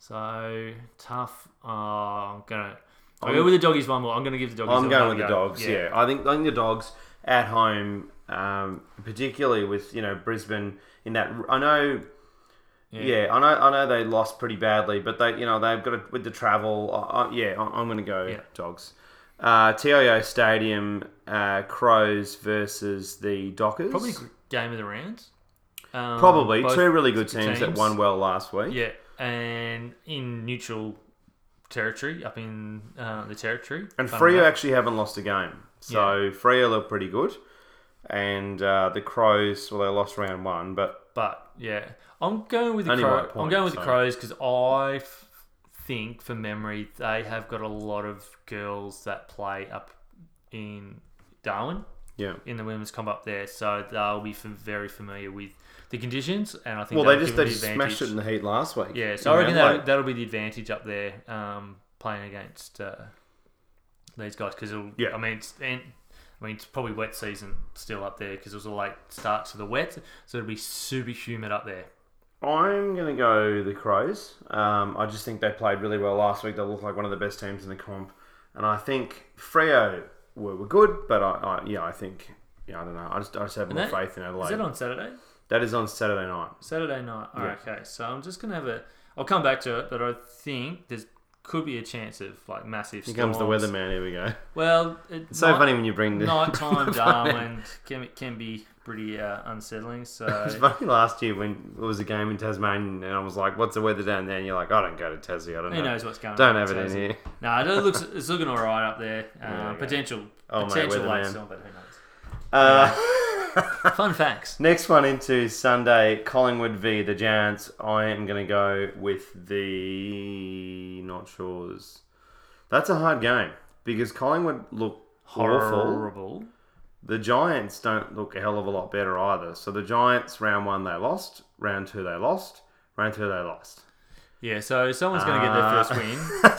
Speaker 2: So tough. Uh, I'm gonna. I'll go with the doggies one more. I'm gonna give the doggies.
Speaker 1: I'm going with the
Speaker 2: another go.
Speaker 1: dogs. Yeah, I think I think the dogs at home, um, particularly with you know Brisbane in that. I know. Yeah. I know. I know they lost pretty badly, but they, you know, they've got to, with the travel. I, I, yeah, I, I'm going to go
Speaker 2: Yeah.
Speaker 1: dogs. Uh, TIO Stadium, uh, Crows versus the Dockers.
Speaker 2: Probably g- game of the rounds. Um,
Speaker 1: Probably
Speaker 2: both-
Speaker 1: two really good teams, that
Speaker 2: teams.
Speaker 1: won well last week.
Speaker 2: Yeah, and in neutral territory, up in uh, the territory.
Speaker 1: And
Speaker 2: Fun
Speaker 1: Freo
Speaker 2: enough.
Speaker 1: actually haven't lost a game. So Freo look pretty good. And uh, the Crows, well, they lost round one, but
Speaker 2: But yeah, I'm going with the
Speaker 1: Only
Speaker 2: crow.
Speaker 1: by a point,
Speaker 2: I'm going with
Speaker 1: so-
Speaker 2: the crows because I f- think, for memory, they have got a lot of girls that play up in Darwin
Speaker 1: yeah.
Speaker 2: in the women's comp up there, so they'll be fam- very familiar with the conditions. And I think
Speaker 1: Well, they
Speaker 2: that'll
Speaker 1: just they
Speaker 2: give them
Speaker 1: just smashed
Speaker 2: the
Speaker 1: it in the
Speaker 2: advantage.
Speaker 1: heat last week.
Speaker 2: Yeah, so
Speaker 1: In
Speaker 2: I reckon
Speaker 1: Adelaide.
Speaker 2: that'll, that'll be the advantage up there um, playing against uh, these guys because it'll.
Speaker 1: Yeah.
Speaker 2: I mean, it's, and, I mean, it's probably wet season still up there because it was a late start to the wet, so it'll be super humid up there.
Speaker 1: I'm going to go the Crows. Um, I just think they played really well last week. They looked like one of the best teams in the comp. And I think Freo were, were good, but I, I yeah, I think, yeah, I don't know. I just, I just have more
Speaker 2: that-
Speaker 1: faith in
Speaker 2: Is
Speaker 1: Adelaide.
Speaker 2: that on Saturday?
Speaker 1: that is on Saturday night.
Speaker 2: Saturday night. Oh,
Speaker 1: Yeah.
Speaker 2: Okay, so I'm just gonna have a. I'll come back to it, but I think there's could be a chance of like massive.
Speaker 1: Here comes the
Speaker 2: storms.
Speaker 1: weatherman. Here we go.
Speaker 2: Well, it,
Speaker 1: It's so
Speaker 2: night-
Speaker 1: funny when you bring the.
Speaker 2: Nighttime Darwin can can be pretty uh, unsettling.
Speaker 1: It's
Speaker 2: So
Speaker 1: funny last year when there was a game in Tasmania and I was like, what's the weather down there? And you're like, I don't go to Tassie. I don't
Speaker 2: who
Speaker 1: know.
Speaker 2: knows what's going on?
Speaker 1: Don't have it in
Speaker 2: Tassie.
Speaker 1: here.
Speaker 2: No, it looks it's looking all right up there. Uh,
Speaker 1: Yeah, okay.
Speaker 2: Potential
Speaker 1: Oh, mate,
Speaker 2: potential late
Speaker 1: weatherman.
Speaker 2: storm, but who knows?
Speaker 1: Uh,
Speaker 2: Fun facts.
Speaker 1: Next one into Sunday, Collingwood v the Giants. I am going to go with the not sure's. That's a hard game because Collingwood look awful.
Speaker 2: Horrible.
Speaker 1: The Giants don't look a hell of a lot better either. So the Giants, round one they lost, round two they lost, round three they lost.
Speaker 2: Yeah, so someone's going to get
Speaker 1: Uh,
Speaker 2: their first win.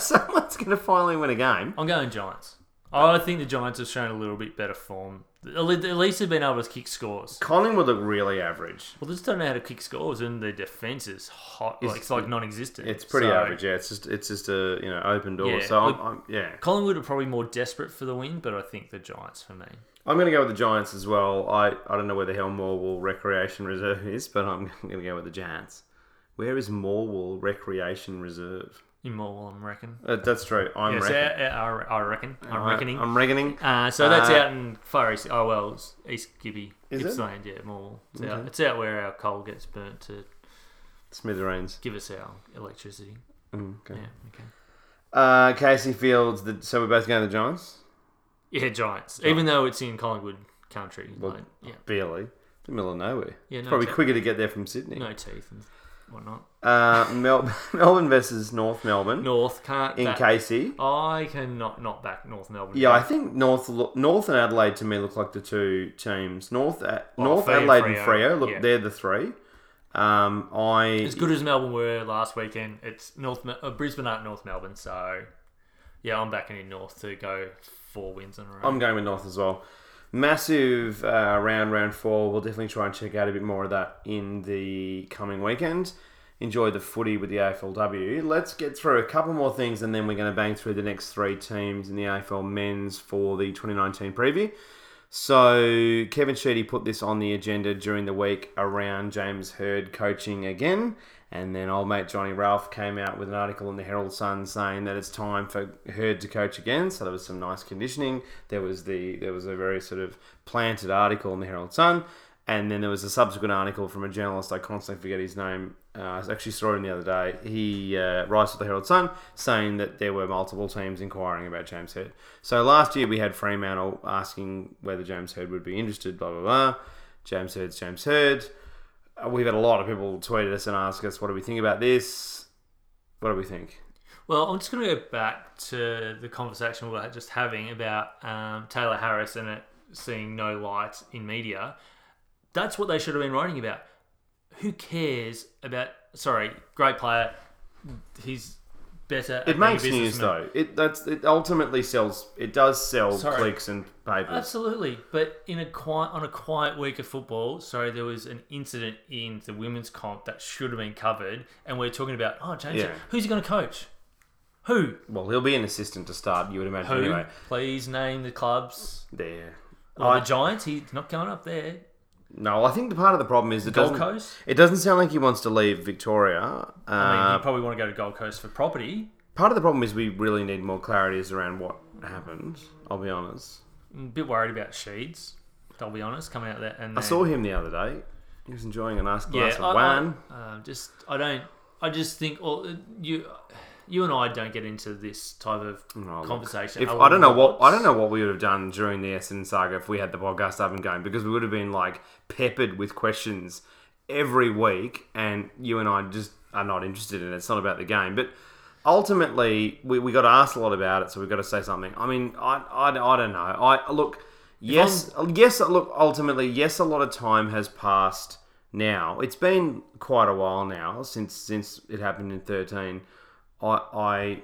Speaker 1: Someone's going to finally win a game.
Speaker 2: I'm going Giants. I think the Giants have shown a little bit better form. At le- at least they've been able to kick scores.
Speaker 1: Collingwood look really average.
Speaker 2: Well, they just don't know how to kick scores, and their defense is hot. Like, it's like non-existent.
Speaker 1: It's pretty
Speaker 2: So,
Speaker 1: average. Yeah, it's just it's just a you know open door.
Speaker 2: Yeah,
Speaker 1: so I'm,
Speaker 2: look-
Speaker 1: I'm yeah.
Speaker 2: Collingwood are probably more desperate for the win, but I think the Giants for me.
Speaker 1: I'm going to go with the Giants as well. I, I don't know where the hell Morwall Recreation Reserve is, but I'm going to go with the Giants. Where is Morwall Recreation Reserve?
Speaker 2: In Morwell, I'm reckon.
Speaker 1: Uh, that's true. I'm
Speaker 2: Yeah, so
Speaker 1: reckoning.
Speaker 2: I, I, I reckon. uh, I'm
Speaker 1: I-
Speaker 2: reckoning.
Speaker 1: I'm reckoning.
Speaker 2: uh, so that's
Speaker 1: Uh,
Speaker 2: out in Far East. Oh well, it's East Gibby,
Speaker 1: Is it?
Speaker 2: Gippsland. Yeah, Morwell. It's, out,
Speaker 1: Okay.
Speaker 2: it's out where our coal gets burnt to
Speaker 1: Smithereens.
Speaker 2: give us our electricity.
Speaker 1: Mm, okay.
Speaker 2: Yeah. Okay.
Speaker 1: Uh, Casey Fields. The, so we're both going to the Giants?
Speaker 2: Yeah, Giants. Even though it's in Collingwood country,
Speaker 1: Well,
Speaker 2: like, yeah,
Speaker 1: Barely. The middle of nowhere.
Speaker 2: Yeah, no,
Speaker 1: Probably
Speaker 2: exactly.
Speaker 1: quicker to get there from Sydney.
Speaker 2: no teeth and whatnot.
Speaker 1: Uh, Mel- Melbourne versus North Melbourne
Speaker 2: North can't.
Speaker 1: in
Speaker 2: that-
Speaker 1: Casey.
Speaker 2: I cannot not back North Melbourne.
Speaker 1: Yeah, I think North lo- North and Adelaide to me look like the two teams. North A- North
Speaker 2: Freo,
Speaker 1: Adelaide and
Speaker 2: Freo,
Speaker 1: Freo look
Speaker 2: yeah.
Speaker 1: they're the three. Um, I
Speaker 2: as good as Melbourne were last weekend, it's North Mel- uh, Brisbane aren't North Melbourne, so yeah, I'm backing in North to go four wins in a row.
Speaker 1: I'm going with North as well. Massive uh, round round four. We'll definitely try and check out a bit more of that in the coming weekend. enjoy the footy with the AFLW. Let's get through a couple more things and then we're going to bang through the next three teams in the AFL men's for the 2019 preview. So, Kevin Sheedy put this on the agenda during the week around James Heard coaching again. And then old mate Johnny Ralph came out with an article in the Herald Sun saying that it's time for Heard to coach again. So there was some nice conditioning. There was the there was a very sort of planted article in the Herald Sun, and then there was a subsequent article from a journalist. I constantly forget his name. Uh, I actually saw him the other day. He uh, writes for the Herald Sun saying that there were multiple teams inquiring about James Heard. So last year we had Fremantle asking whether James Heard would be interested. Blah blah blah. James Heard's James Heard we've had a lot of people tweet at us and ask us, what do we think about this? What do we think?
Speaker 2: Well, I'm just going to go back to the conversation we were just having about um, Taylor Harris and it seeing no light in media. That's what they should have been writing about. Who cares about? Sorry, great player. He's better.
Speaker 1: It makes news though. It that's it ultimately sells. It does sell
Speaker 2: Sorry.
Speaker 1: clicks and papers.
Speaker 2: Absolutely, but in a quiet on a quiet week of football, sorry, there was an incident in the women's comp that should have been covered, and we're talking about oh James,
Speaker 1: Yeah.
Speaker 2: who's he going to coach? Who?
Speaker 1: Well, he'll be an assistant to start. You would imagine
Speaker 2: Who?
Speaker 1: anyway.
Speaker 2: Please name the clubs.
Speaker 1: There.
Speaker 2: Or
Speaker 1: Uh, I-
Speaker 2: the Giants. He's not going up there.
Speaker 1: No, I think the part of the problem is it
Speaker 2: Gold
Speaker 1: doesn't.
Speaker 2: Coast.
Speaker 1: It doesn't sound like he wants to leave Victoria.
Speaker 2: I mean,
Speaker 1: Uh,
Speaker 2: you probably want to go to Gold Coast for property.
Speaker 1: part of the problem is we really need more clarity as around what happened. I'll be honest.
Speaker 2: I'm a bit worried about Sheeds. I'll be honest, coming out there and
Speaker 1: I
Speaker 2: then-
Speaker 1: saw him the other day. He was enjoying a nice
Speaker 2: yeah,
Speaker 1: glass
Speaker 2: I-
Speaker 1: of wine.
Speaker 2: I, um, just I don't. I just think all you. You and I don't get into this type of
Speaker 1: No, Oh, look,
Speaker 2: conversation. Oh,
Speaker 1: If
Speaker 2: a
Speaker 1: I don't know what
Speaker 2: lot.
Speaker 1: I don't know what we would have done during the Essendon saga if we had the podcast up and going because we would have been like peppered with questions every week, and you and I just are not interested in it. It's not about the game, but ultimately we, we got asked a lot about it, so we've got to say something. I mean, I I, I don't know. I look yes yes look ultimately yes a lot of time has passed now. It's been quite a while now since since it happened in thirteen. I I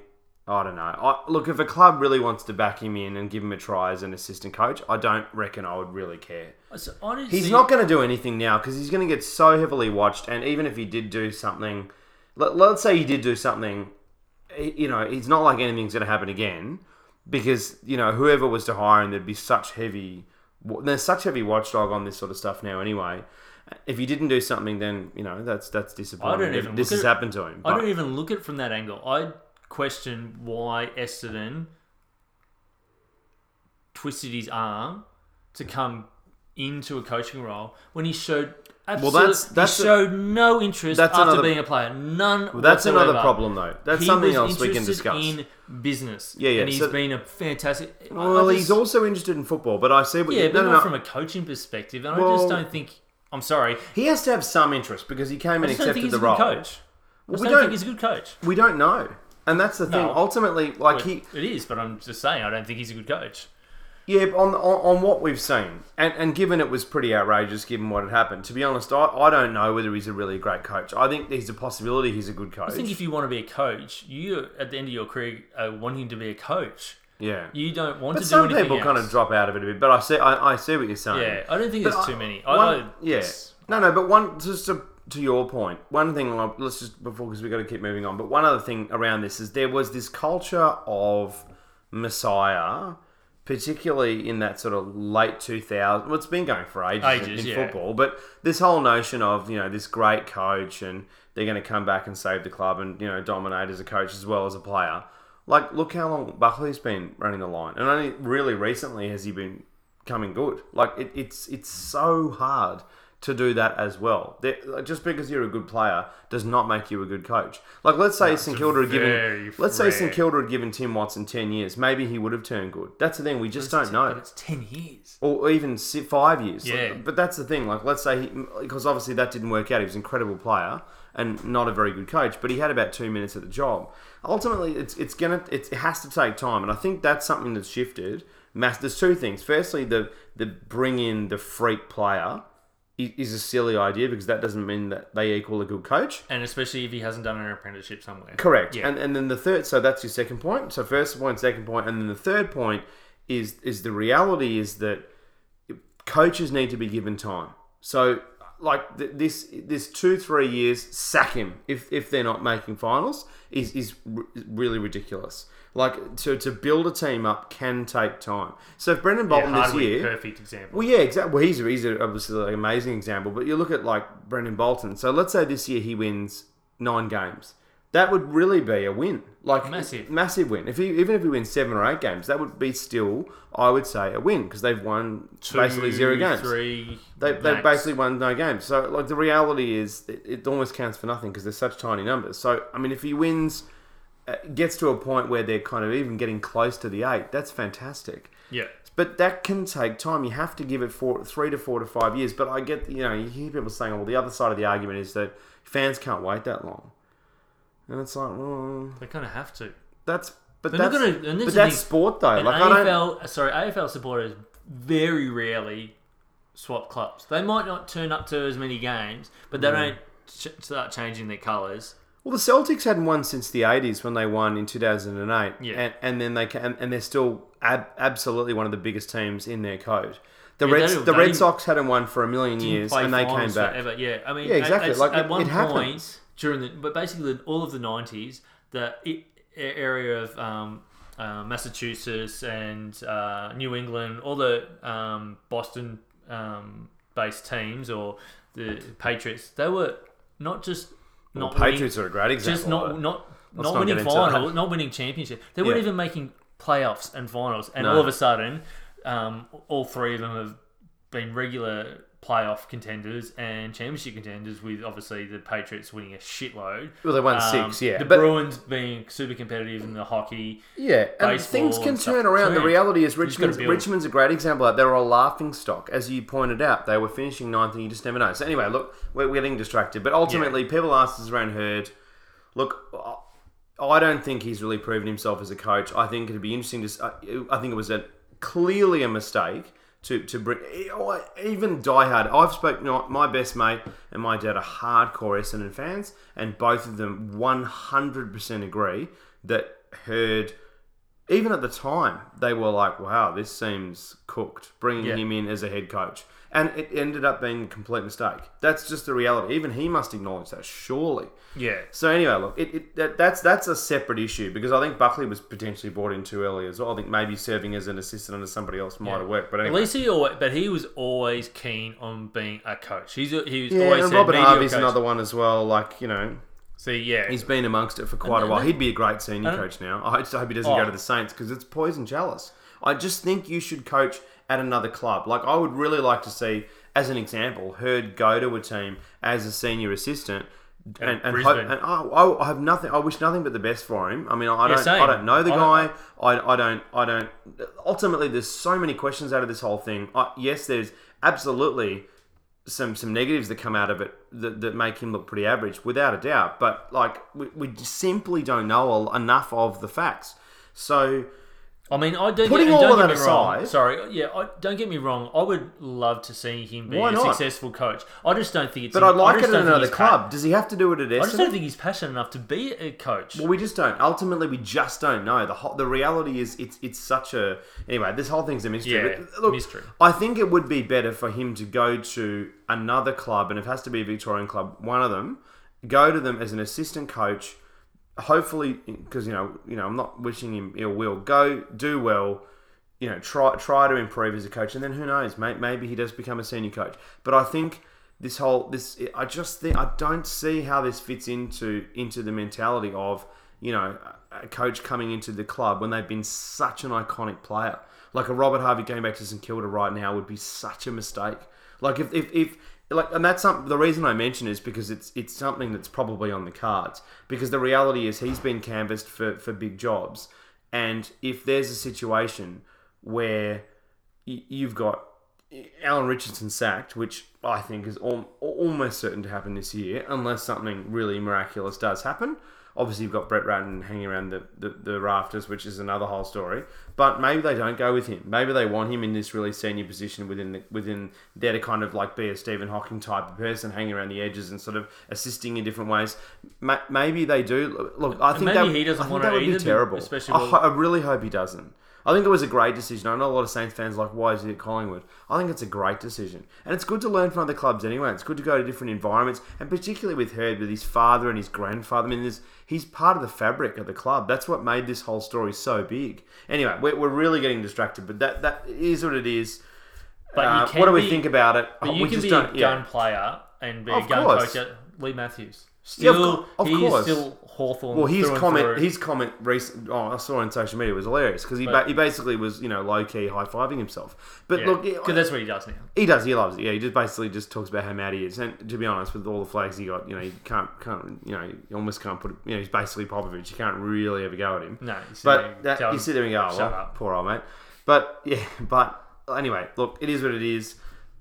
Speaker 1: I don't know. I, look, if a club really wants to back him in and give him a try as an assistant coach, I don't reckon I would really care.
Speaker 2: So honestly,
Speaker 1: He's not going to do anything now because he's going to get so heavily watched. And even if he did do something, let, let's say he did do something, i- you know, it's not like anything's going to happen again because you know whoever was to hire him, there'd be such heavy, wa- there's such heavy watchdog on this sort of stuff now. Anyway, if he didn't do something, then you know that's that's disappointing. that
Speaker 2: even
Speaker 1: this
Speaker 2: look
Speaker 1: has
Speaker 2: at it.
Speaker 1: happened to him.
Speaker 2: I
Speaker 1: but-
Speaker 2: don't even look at it from that angle. I question why Essendon twisted his arm to come into a coaching role when he showed absolute,
Speaker 1: that's- that's
Speaker 2: he
Speaker 1: a-
Speaker 2: showed no interest
Speaker 1: that's
Speaker 2: after
Speaker 1: another-
Speaker 2: being a player. None. Well,
Speaker 1: that's another problem, though. That's something else we can discuss.
Speaker 2: In business,
Speaker 1: Yeah, yeah,
Speaker 2: and he's
Speaker 1: so-
Speaker 2: been a fantastic. I- I
Speaker 1: well, he's
Speaker 2: just-
Speaker 1: also interested in football, but I see what
Speaker 2: yeah,
Speaker 1: you
Speaker 2: but
Speaker 1: no, no,
Speaker 2: not
Speaker 1: no.
Speaker 2: from a coaching perspective. And I
Speaker 1: Well-
Speaker 2: just don't think. I'm sorry.
Speaker 1: He has to have some interest because he came
Speaker 2: I
Speaker 1: and
Speaker 2: just don't
Speaker 1: accepted
Speaker 2: think he's
Speaker 1: the
Speaker 2: a good
Speaker 1: role.
Speaker 2: coach. I just
Speaker 1: we
Speaker 2: don't
Speaker 1: don't-
Speaker 2: think he's a good coach.
Speaker 1: We don't know, and that's the thing.
Speaker 2: No.
Speaker 1: Ultimately, like
Speaker 2: Well,
Speaker 1: he,
Speaker 2: it is, but I'm just saying I don't think he's a good coach.
Speaker 1: yeah, on, on on what we've seen, and and given it was pretty outrageous, given what had happened. To be honest, I, I don't know whether he's a really great coach. I think there's a possibility he's a good coach.
Speaker 2: I think if you want to be a coach, you at the end of your career are wanting to be a coach.
Speaker 1: yeah,
Speaker 2: You don't want
Speaker 1: but
Speaker 2: to
Speaker 1: some
Speaker 2: do anything
Speaker 1: people kind of
Speaker 2: else.
Speaker 1: drop out of it a bit. But I see, I, I see what you're saying.
Speaker 2: Yeah, I don't think
Speaker 1: But
Speaker 2: there's
Speaker 1: I-
Speaker 2: too many. I,
Speaker 1: One,
Speaker 2: I,
Speaker 1: yeah.
Speaker 2: it's-
Speaker 1: No, no, but one just to, to your point. One thing, I'll- let's just before because we got to keep moving on. But one other thing around this is there was this culture of Messiah, particularly in that sort of late two thousand. Well, it's been going for ages, in-
Speaker 2: Ages,
Speaker 1: in
Speaker 2: yeah.
Speaker 1: football, but this whole notion of you know this great coach and they're going to come back and save the club and you know dominate as a coach as well as a player. Like, look how long Buckley's been running the line, and only really recently has he been coming good. Like it, it's it's so hard to do that as well. There- like, just because you're a good player does not make you a good coach. Like let's say St Kilda had
Speaker 2: very
Speaker 1: given let's say St
Speaker 2: rare.
Speaker 1: Kilda had given Tim Watson ten years, maybe he would have turned good. That's the thing we just don't know
Speaker 2: But it's ten years.
Speaker 1: or even si- five years. Like,
Speaker 2: Yeah.
Speaker 1: but that's the thing. Like, let's say he, because obviously that didn't work out. He was an incredible player and not a very good coach, but he had about two minutes at the job. Ultimately, it's it's gonna it's, it has to take time, and I think that's something that's shifted. Mass, there's two things. Firstly, the the bring in the freak player i- is a silly idea because that doesn't mean that they equal a good coach.
Speaker 2: And especially if he hasn't done an apprenticeship somewhere.
Speaker 1: Correct.
Speaker 2: Yeah.
Speaker 1: And and then the third so that's your second point. So first point, second point, and then the third point is is the reality is that coaches need to be given time. So like th- this this two three years sack him if if they're not making finals is is r- really ridiculous. Like to to build a team up can take time. So if Brendan Bolton this
Speaker 2: Hardwick,
Speaker 1: year,
Speaker 2: perfect example.
Speaker 1: well, yeah, exactly. Well, he's a, he's a, obviously like, an amazing example, but you look at like Brendan Bolton. So let's say this year he wins nine games. That would really be a win, like
Speaker 2: Massive.
Speaker 1: massive win. If he, even if he wins seven or eight games, that would be still, I would say, a win because they've won basically zero games.
Speaker 2: Three.
Speaker 1: They, they've
Speaker 2: max.
Speaker 1: basically won no games. So, like, the reality is it, it almost counts for nothing because they're such tiny numbers. So, I mean, if he wins, uh, gets to a point where they're kind of even getting close to the eight, that's fantastic.
Speaker 2: Yeah.
Speaker 1: But that can take time. You have to give it four, three to four to five years. But I get, you know, you hear people saying, well, the other side of the argument is that fans can't wait that long. And it's like, well,
Speaker 2: They kind of have to.
Speaker 1: that's, but
Speaker 2: They're not
Speaker 1: that's,
Speaker 2: gonna- and this
Speaker 1: but
Speaker 2: is
Speaker 1: that's
Speaker 2: the-
Speaker 1: sport though.
Speaker 2: And
Speaker 1: Like, I don't,
Speaker 2: AFL, sorry, AFL supporters very rarely swap clubs. They might not turn up to as many games, but they
Speaker 1: Mm.
Speaker 2: don't ch- start changing their colours.
Speaker 1: well, the Celtics hadn't won since the 80s when they won in 2008.
Speaker 2: Yeah.
Speaker 1: And, and then they can, and they're still ab- absolutely one of the biggest teams in their code. The,
Speaker 2: Yeah,
Speaker 1: Reds,
Speaker 2: they-
Speaker 1: the
Speaker 2: they
Speaker 1: Red
Speaker 2: didn't-
Speaker 1: Sox hadn't won for a million
Speaker 2: Didn't
Speaker 1: years
Speaker 2: play
Speaker 1: and they came
Speaker 2: finals
Speaker 1: back.
Speaker 2: forever. Yeah, I mean,
Speaker 1: Yeah,
Speaker 2: at-
Speaker 1: exactly.
Speaker 2: At,
Speaker 1: Like,
Speaker 2: at
Speaker 1: it-
Speaker 2: one
Speaker 1: it
Speaker 2: point
Speaker 1: happens.
Speaker 2: during the, but basically in all of the nineties, the i- area of um, uh, Massachusetts and uh, New England, all the um, Boston um, based teams or the Patriots, they were not just
Speaker 1: Well,
Speaker 2: not winning-
Speaker 1: Patriots are a great example.
Speaker 2: just not
Speaker 1: of it.
Speaker 2: not
Speaker 1: Let's
Speaker 2: not
Speaker 1: not
Speaker 2: winning
Speaker 1: get into that.
Speaker 2: finals, not winning championship. They weren't
Speaker 1: Yeah.
Speaker 2: even making playoffs and finals, and
Speaker 1: No.
Speaker 2: all of a sudden, um, all three of them have been regular playoff contenders and championship contenders. With obviously the Patriots winning a shitload.
Speaker 1: well, they won
Speaker 2: Um,
Speaker 1: six, yeah.
Speaker 2: The
Speaker 1: but-
Speaker 2: Bruins being super competitive in the hockey.
Speaker 1: Yeah, and
Speaker 2: baseball
Speaker 1: things can
Speaker 2: and stuff.
Speaker 1: turn around. The
Speaker 2: Turn.
Speaker 1: reality is,
Speaker 2: just gotta
Speaker 1: Richmond's,
Speaker 2: build.
Speaker 1: Richmond's a great example. of that. They were a laughing stock, as you pointed out. They were finishing ninth, and you just never know. So anyway, look, we're, we're getting distracted. But ultimately, people asked us around Hurd. Look, I- I don't think he's really proven himself as a coach. I think it'd be interesting to. s- I I think it was a clearly a mistake to to bring oh, even diehard. I've spoken. You know, my best mate and my dad are hardcore Essendon fans, and both of them one hundred percent agree that Heard even at the time, they were like, "Wow, this seems cooked." Bringing
Speaker 2: Yeah.
Speaker 1: him in as a head coach, and it ended up being a complete mistake. That's just the reality. Even he must acknowledge that, surely.
Speaker 2: Yeah,
Speaker 1: So anyway, look, it, it that, that's that's a separate issue because I think Buckley was potentially brought in too early as well. I think maybe serving as an assistant under somebody else might have worked, but
Speaker 2: At
Speaker 1: anyway.
Speaker 2: least he always, but he was always keen on being a coach. He's a, he was
Speaker 1: Yeah,
Speaker 2: always
Speaker 1: and
Speaker 2: said,
Speaker 1: Robert
Speaker 2: "Me to be a
Speaker 1: Harvey's
Speaker 2: coach."
Speaker 1: another one as well. Like you know,
Speaker 2: So yeah,
Speaker 1: he's been amongst it for quite a
Speaker 2: and
Speaker 1: while.
Speaker 2: then-
Speaker 1: He'd be a great senior
Speaker 2: and-
Speaker 1: coach now. I just hope he doesn't go
Speaker 2: Oh.
Speaker 1: to the Saints because it's poison chalice. I just think you should coach at another club. Like I would really like to see, as an example, Heard go to a team as a senior assistant. And, and, hope,
Speaker 2: Brisbane.
Speaker 1: and I, I- I have nothing. I wish nothing but the best for him. I mean, I
Speaker 2: Yeah,
Speaker 1: don't. I
Speaker 2: same.
Speaker 1: don't know the
Speaker 2: I
Speaker 1: guy.
Speaker 2: don't-
Speaker 1: I, I don't. I don't. Ultimately, there's so many questions out of this whole thing. I, yes, there's absolutely some some negatives that come out of it that, that make him look pretty average, without a doubt. But like we, we simply don't know al- enough of the facts. So
Speaker 2: I mean, I don't.
Speaker 1: Putting
Speaker 2: get,
Speaker 1: all
Speaker 2: and
Speaker 1: of
Speaker 2: don't get
Speaker 1: that
Speaker 2: me wrong.
Speaker 1: aside-
Speaker 2: sorry, yeah, I, don't get me wrong. I would love to see him be
Speaker 1: Why
Speaker 2: a
Speaker 1: not?
Speaker 2: successful coach. I just don't think it's.
Speaker 1: but I'd like it at another
Speaker 2: Pa-
Speaker 1: club. Does he have to do it at
Speaker 2: I just don't
Speaker 1: Essendon?
Speaker 2: think he's passionate enough to be a coach.
Speaker 1: Well, we just don't. Ultimately, we just don't know. The ho- the reality is, it's it's such a anyway. This whole thing's a mystery.
Speaker 2: Yeah,
Speaker 1: But, look,
Speaker 2: mystery.
Speaker 1: I think it would be better for him to go to another club, and if it has to be a Victorian club, one of them, go to them as an assistant coach. Hopefully, because you know, you know, I'm not wishing him ill will. Go do well. You know, try try to improve as a coach, and then who knows? May, maybe he does become a senior coach. But I think this whole this I just think I don't see how this fits into into the mentality of you know a a coach coming into the club when they've been such an iconic player. Like a Robert Harvey going back to St Kilda right now would be such a mistake. Like if if, if like and that's some, the reason I mention is because it's it's something that's probably on the cards because the reality is he's been canvassed for for big jobs and if there's a situation where y- you've got Alan Richardson sacked, which I think is al- almost certain to happen this year, unless something really miraculous does happen. Obviously, you've got Brett Ratton hanging around the, the, the rafters, which is another whole story. But maybe they don't go with him. Maybe they want him in this really senior position within the, within there to kind of like be a Stephen Hawking type of person, hanging around the edges and sort of assisting in different ways. Ma- Maybe they do. Look, I think
Speaker 2: maybe
Speaker 1: that,
Speaker 2: he doesn't
Speaker 1: I think
Speaker 2: want
Speaker 1: that
Speaker 2: it
Speaker 1: would be
Speaker 2: either,
Speaker 1: terrible.
Speaker 2: especially
Speaker 1: I
Speaker 2: with-
Speaker 1: ho- I really hope he doesn't. I I think it was a great decision. I know a lot of Saints fans are like, why is he at Collingwood? I think it's a great decision. And it's good to learn from other clubs anyway. It's good to go to different environments, and particularly with Hurd, with his father and his grandfather. I mean, there's, he's part of the fabric of the club. That's what made this whole story so big. Anyway, we're, we're really getting distracted, but that, that is what it is.
Speaker 2: But you
Speaker 1: Uh,
Speaker 2: can
Speaker 1: what do we
Speaker 2: be-
Speaker 1: think about it?
Speaker 2: But
Speaker 1: Oh,
Speaker 2: you
Speaker 1: we
Speaker 2: can
Speaker 1: just
Speaker 2: be a
Speaker 1: don't-
Speaker 2: gun
Speaker 1: yeah.
Speaker 2: player and be
Speaker 1: Of
Speaker 2: a gun
Speaker 1: course.
Speaker 2: coach. Lee Matthews.
Speaker 1: Yeah, of
Speaker 2: Still,
Speaker 1: cou- of
Speaker 2: he is
Speaker 1: course.
Speaker 2: still Hawthorn.
Speaker 1: Well, his
Speaker 2: through and
Speaker 1: comment,
Speaker 2: through.
Speaker 1: his comment, recent. Oh, I saw on social media it was hilarious because he ba-
Speaker 2: But-
Speaker 1: he basically was you know low key high fiving himself. But
Speaker 2: yeah,
Speaker 1: look,
Speaker 2: 'cause that's what he does now.
Speaker 1: he does. He loves it. Yeah, he just basically just talks about how mad he is. And to be honest, with all the flags he got, you know, you can't, can't, you know, you almost can't put. You know, he's basically Popovich. You can't really ever go at him.
Speaker 2: No, he's
Speaker 1: But that,
Speaker 2: tell
Speaker 1: you
Speaker 2: him,
Speaker 1: sit there and go, oh,
Speaker 2: "Shut
Speaker 1: well,
Speaker 2: up."
Speaker 1: poor old mate. But yeah, but anyway, look, it is what it is.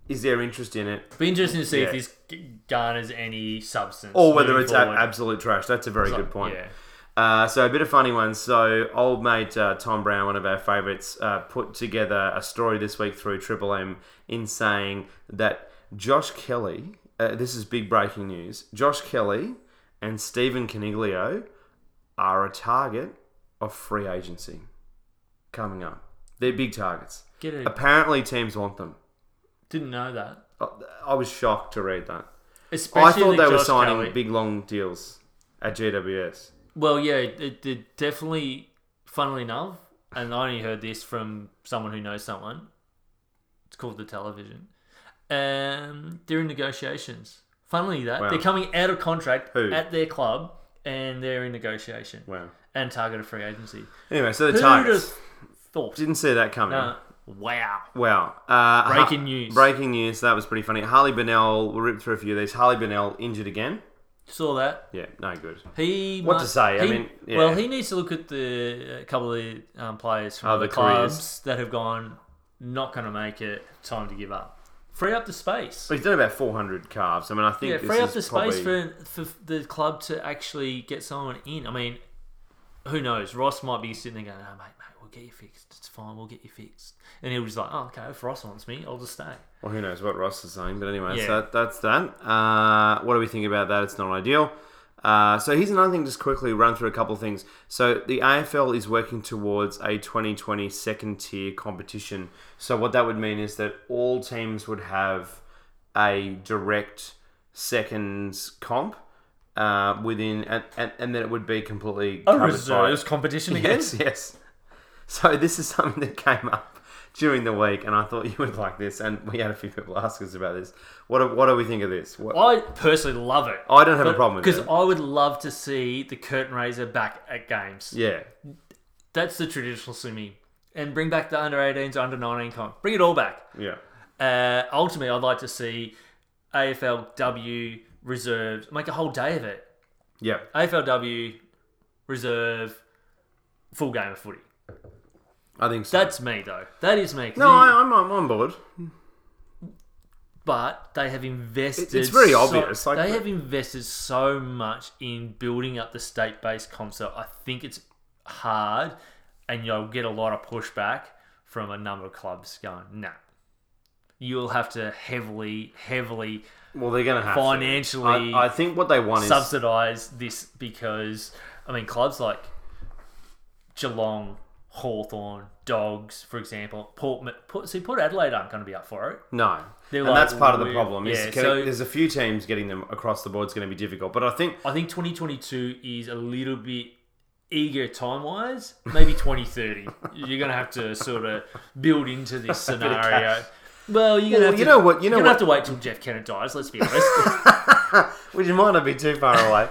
Speaker 1: Is there interest in it,
Speaker 2: Be interesting to see
Speaker 1: Yeah.
Speaker 2: if this g- garners any substance,
Speaker 1: or whether
Speaker 2: moving
Speaker 1: it's a-
Speaker 2: forward.
Speaker 1: absolute trash? That's a very
Speaker 2: It's
Speaker 1: good
Speaker 2: like-
Speaker 1: point.
Speaker 2: Yeah.
Speaker 1: Uh, so a bit of funny ones. So old mate uh, Tom Brown, one of our favourites, uh, put together a story this week through Triple M in saying that Josh Kelly, uh, this is big breaking news. Josh Kelly and Stephen Caniglio are a target of free agency coming up. They're big targets.
Speaker 2: Get it.
Speaker 1: Apparently, teams want them.
Speaker 2: Didn't know that.
Speaker 1: I, I was shocked to read that.
Speaker 2: Especially
Speaker 1: I thought they
Speaker 2: Josh
Speaker 1: were signing
Speaker 2: Kelly.
Speaker 1: big long deals at GWS.
Speaker 2: Well, yeah, it, it definitely, funnily enough, and I only heard this from someone who knows someone. It's called the television. Um, they're in negotiations. Funnily that
Speaker 1: Wow.
Speaker 2: they're coming out of contract
Speaker 1: Who?
Speaker 2: at their club, and they're in negotiation
Speaker 1: Wow.
Speaker 2: and target a free agency.
Speaker 1: Anyway, so the
Speaker 2: Who
Speaker 1: targets.
Speaker 2: would've thought?
Speaker 1: Didn't see that coming.
Speaker 2: Uh, wow.
Speaker 1: Wow. Uh,
Speaker 2: Breaking news.
Speaker 1: Breaking news. That was pretty funny. Harley Bennell, we'll rip through a few of these. Harley Bennell injured again.
Speaker 2: Saw that.
Speaker 1: Yeah, no good.
Speaker 2: He
Speaker 1: What to
Speaker 2: must-
Speaker 1: say? I
Speaker 2: he-
Speaker 1: mean, yeah.
Speaker 2: well, he needs to look at the a couple of the um, players from
Speaker 1: Oh,
Speaker 2: other
Speaker 1: the careers.
Speaker 2: clubs that have gone not going to make it. Time to give up. Free up the space.
Speaker 1: But he's done about 400 calves. I mean, I think
Speaker 2: Yeah,
Speaker 1: this
Speaker 2: free up
Speaker 1: is
Speaker 2: the space
Speaker 1: probably-
Speaker 2: for for the club to actually get someone in. I mean, who knows? Ross might be sitting there going, "Oh, mate, mate, we'll get you fixed. It's fine. We'll get you fixed." And he'll just like, "Oh, okay. If Ross wants me, I'll just stay."
Speaker 1: Well, who knows what Ross is saying. But anyway, so
Speaker 2: Yeah.
Speaker 1: that, that's that. Uh, what do we think about that? It's not ideal. Uh, so here's another thing, just quickly run through a couple of things. So the AFL is working towards a 2020 second tier competition. So what that would mean is that all teams would have a direct seconds comp uh, within, and, and, and then it would be completely
Speaker 2: A
Speaker 1: covered by-
Speaker 2: reserves competition again.
Speaker 1: Yes, yes. So this is something that came up during the week, and I thought you would like this. And we had a few people ask us about this. What do, what do we think of this? What,
Speaker 2: I personally love it.
Speaker 1: I don't have a problem with
Speaker 2: because
Speaker 1: it.
Speaker 2: I would love to see the curtain raiser back at games.
Speaker 1: Yeah,
Speaker 2: That's the traditional sumi, and bring back the under 18s, under 19 comp. Bring it all back.
Speaker 1: yeah.
Speaker 2: Uh, ultimately, I'd like to see AFLW reserves make a whole day of it.
Speaker 1: Yeah,
Speaker 2: AFLW reserve full game of footy.
Speaker 1: I think so.
Speaker 2: That's me though. That is me. 'Cause
Speaker 1: no,
Speaker 2: you-
Speaker 1: I, I'm, I'm on board.
Speaker 2: but they have invested.
Speaker 1: It's very
Speaker 2: so-
Speaker 1: obvious, like-
Speaker 2: they have invested so much in building up the state-based comp. So I think it's hard, and you'll get a lot of pushback from a number of clubs going, "Nah, you'll have to heavily, heavily
Speaker 1: Well, they're going to have to.
Speaker 2: Financially
Speaker 1: I, I think what they want is
Speaker 2: subsidise this because I mean clubs like Geelong, Hawthorn, Dogs, for example, Port, Ma- Port see Port Adelaide aren't going to be up for it.
Speaker 1: no.
Speaker 2: They're
Speaker 1: And
Speaker 2: like,
Speaker 1: that's part of the
Speaker 2: we-
Speaker 1: problem. Is
Speaker 2: yeah,
Speaker 1: getting,
Speaker 2: so-
Speaker 1: there's a few teams getting them across the board is going to be difficult. But I think
Speaker 2: I think 2022 is a little bit eager time wise. Maybe 2030. You're going to have to sort of build into this scenario.
Speaker 1: cash.
Speaker 2: Well, you're going
Speaker 1: Well,
Speaker 2: to
Speaker 1: you know what- you know
Speaker 2: you're gonna
Speaker 1: what-
Speaker 2: have to wait till Jeff Kennett dies. Let's be honest.
Speaker 1: which might not be too far away.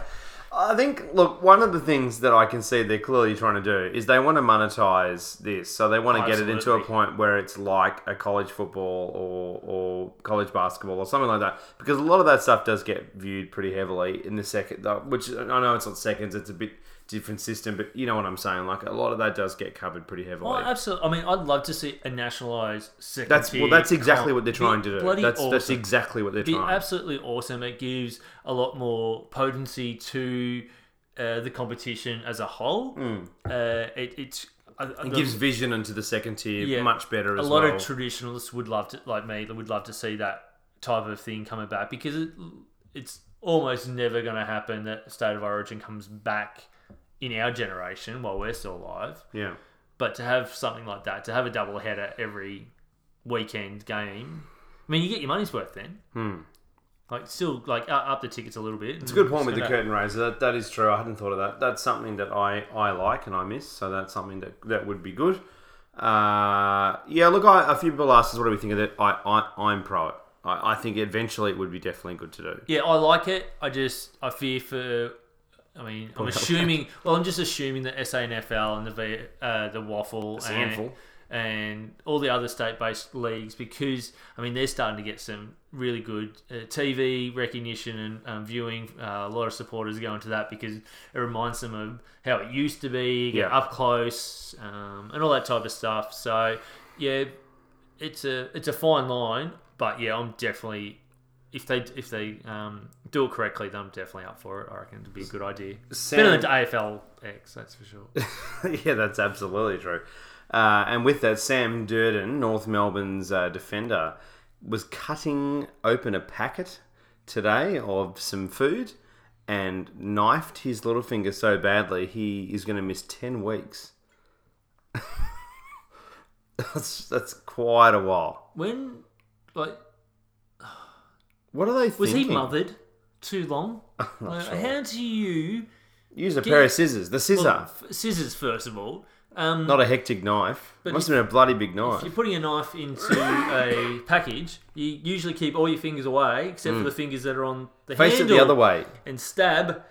Speaker 1: I think, look, one of the things that I can see they're clearly trying to do is they want to monetize this. So they want to get it into a
Speaker 2: Absolutely.
Speaker 1: point where it's like a college football or, or college basketball or something like that. Because a lot of that stuff does get viewed pretty heavily in the second, though, which I know it's not seconds, it's a bit different system, but you know what I'm saying? Like a lot of that does get covered pretty
Speaker 2: Oh,
Speaker 1: heavily.
Speaker 2: absolutely. I mean, I'd love to see a nationalised second.
Speaker 1: that's well,
Speaker 2: tier
Speaker 1: that's exactly
Speaker 2: comp.
Speaker 1: what they're
Speaker 2: Be
Speaker 1: trying to do.
Speaker 2: bloody
Speaker 1: That's, that's
Speaker 2: awesome.
Speaker 1: exactly what they're
Speaker 2: be
Speaker 1: trying.
Speaker 2: absolutely awesome. It gives a lot more potency to uh, the competition as a whole. Uh, it it's, I- I-
Speaker 1: Hmm. it gives vision into the second tier
Speaker 2: Yeah.
Speaker 1: much better
Speaker 2: a
Speaker 1: as
Speaker 2: lot
Speaker 1: well.
Speaker 2: of traditionalists would love to, like me, would love to see that type of thing come about because it, it's almost never going to happen that State of Origin comes back in our generation while we're still alive.
Speaker 1: yeah.
Speaker 2: But to have something like that, to have a double header every weekend game, I mean, you get your money's worth then.
Speaker 1: Hmm.
Speaker 2: Like, still, like, u- up the tickets a little bit.
Speaker 1: It's a good point with the curtain raiser. That, that is true. I hadn't thought of that. That's something that I, I like and I miss. So that's something that, that would be good. Uh, yeah, look, I, a few people asked us what do we think of that. I, I, I'm pro it. I, I think eventually it would be definitely good to do.
Speaker 2: Yeah, I like it. I just I fear for. I mean, I'm assuming. Well, I'm just assuming that SANFL and the v, uh, the Waffle
Speaker 1: a
Speaker 2: and,
Speaker 1: handful.
Speaker 2: and all the other state-based leagues, because I mean they're starting to get some really good uh, TV recognition and um, viewing. Uh, a lot of supporters go into that because it reminds them of how it used to be, get
Speaker 1: Yeah.
Speaker 2: up close, um, and all that type of stuff. So, yeah, it's a it's a fine line, but yeah, I'm definitely if they if they um, do it correctly, then I'm definitely up for it. I reckon it'd be a good idea. Better than AFL X, that's for sure.
Speaker 1: yeah, that's absolutely true. Uh, and with that, Sam Durden, North Melbourne's uh, defender, was cutting open a packet today of some food and knifed his little finger so badly he is going to miss 10 weeks. that's, that's quite a while.
Speaker 2: When like
Speaker 1: What are they
Speaker 2: was
Speaker 1: thinking?
Speaker 2: he mothered too long? Like, How do you
Speaker 1: Use a pair of scissors. The scissor,
Speaker 2: well, f- scissors first of all? Um,
Speaker 1: not a hectic knife.
Speaker 2: But
Speaker 1: Must have been a bloody big knife.
Speaker 2: If you're putting a knife into a package, you usually keep all your fingers away except for the fingers that are on the
Speaker 1: Mm. Face it
Speaker 2: handle
Speaker 1: the other way.
Speaker 2: and stab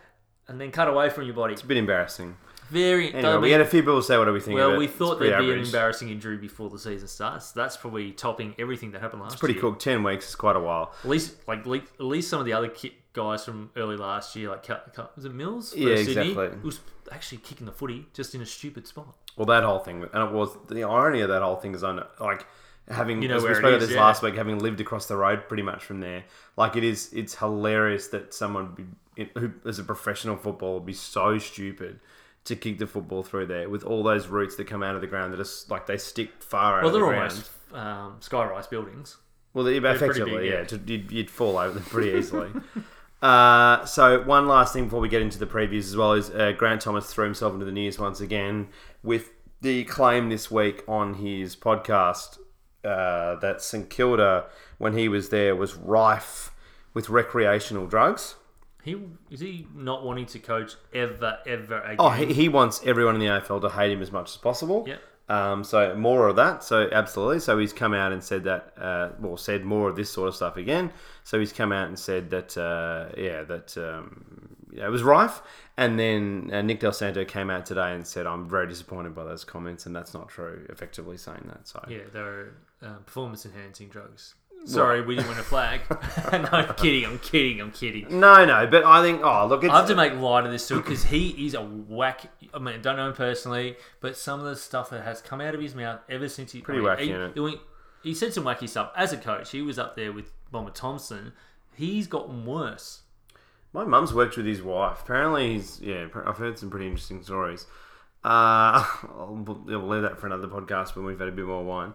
Speaker 2: and then cut away from your body.
Speaker 1: It's a bit embarrassing.
Speaker 2: Very
Speaker 1: Anyway,
Speaker 2: that'll
Speaker 1: we
Speaker 2: be-
Speaker 1: had a few people say, "What do we think?" of
Speaker 2: well,
Speaker 1: it?
Speaker 2: we
Speaker 1: It's
Speaker 2: thought
Speaker 1: pretty
Speaker 2: there'd be an
Speaker 1: average.
Speaker 2: embarrassing injury before the season starts. That's probably topping everything that happened last
Speaker 1: Pretty
Speaker 2: year.
Speaker 1: cool. Ten weeks is quite a while.
Speaker 2: At least like le- at least some of the other ki- guys from early last year, like Ca- Ca- was it Mills? for
Speaker 1: Yeah,
Speaker 2: Sydney,
Speaker 1: exactly.
Speaker 2: who was actually kicking the footy just in a stupid spot.
Speaker 1: Well, that whole thing, and it was the irony of that whole thing is on like having
Speaker 2: You know
Speaker 1: as we
Speaker 2: where it
Speaker 1: spoke about
Speaker 2: is,
Speaker 1: this
Speaker 2: yeah.
Speaker 1: last week, having lived across the road pretty much from there. Like it is, it's hilarious that someone be, it- who is a professional footballer would be so stupid to kick the football through there with all those roots that come out of the ground that are s- like they stick far out
Speaker 2: Well,
Speaker 1: of the
Speaker 2: they're
Speaker 1: ground.
Speaker 2: almost um, skyrise buildings.
Speaker 1: Well, they-
Speaker 2: pretty
Speaker 1: effectively,
Speaker 2: big,
Speaker 1: yeah.
Speaker 2: yeah.
Speaker 1: to- You'd, you'd fall over them pretty easily. uh, so, one last thing before we get into the previews as well is uh, Grant Thomas threw himself into the news once again with the claim this week on his podcast uh, that St Kilda, when he was there, was rife with recreational drugs.
Speaker 2: He is he not wanting to coach ever ever again?
Speaker 1: Oh, he, he wants everyone in the AFL to hate him as much as possible.
Speaker 2: Yep.
Speaker 1: Um, so more of that. So absolutely. So he's come out and said that, uh, well, said more of this sort of stuff again. So he's come out and said that, uh, yeah, that um, yeah, it was rife. And then uh, Nick Del Santo came out today and said, "I'm very disappointed by those comments, and that's not true." Effectively saying that. So
Speaker 2: Yeah, they're uh, performance enhancing drugs. Sorry, we didn't win a flag. no, I'm kidding. I'm kidding. I'm kidding.
Speaker 1: no, no. But I think, oh, look, it's,
Speaker 2: I have to make light of this too because he is a whack. I mean, I don't know him personally, but some of the stuff that has come out of his mouth ever since he
Speaker 1: Pretty
Speaker 2: I mean,
Speaker 1: wacky,
Speaker 2: he,
Speaker 1: innit?
Speaker 2: he went- he said some wacky stuff as a coach. He was up there with Bomber Thompson. He's gotten worse.
Speaker 1: My mum's worked with his wife. Apparently, he's yeah. I've heard some pretty interesting stories. Uh, I'll, we'll leave that for another podcast when we've had a bit more wine.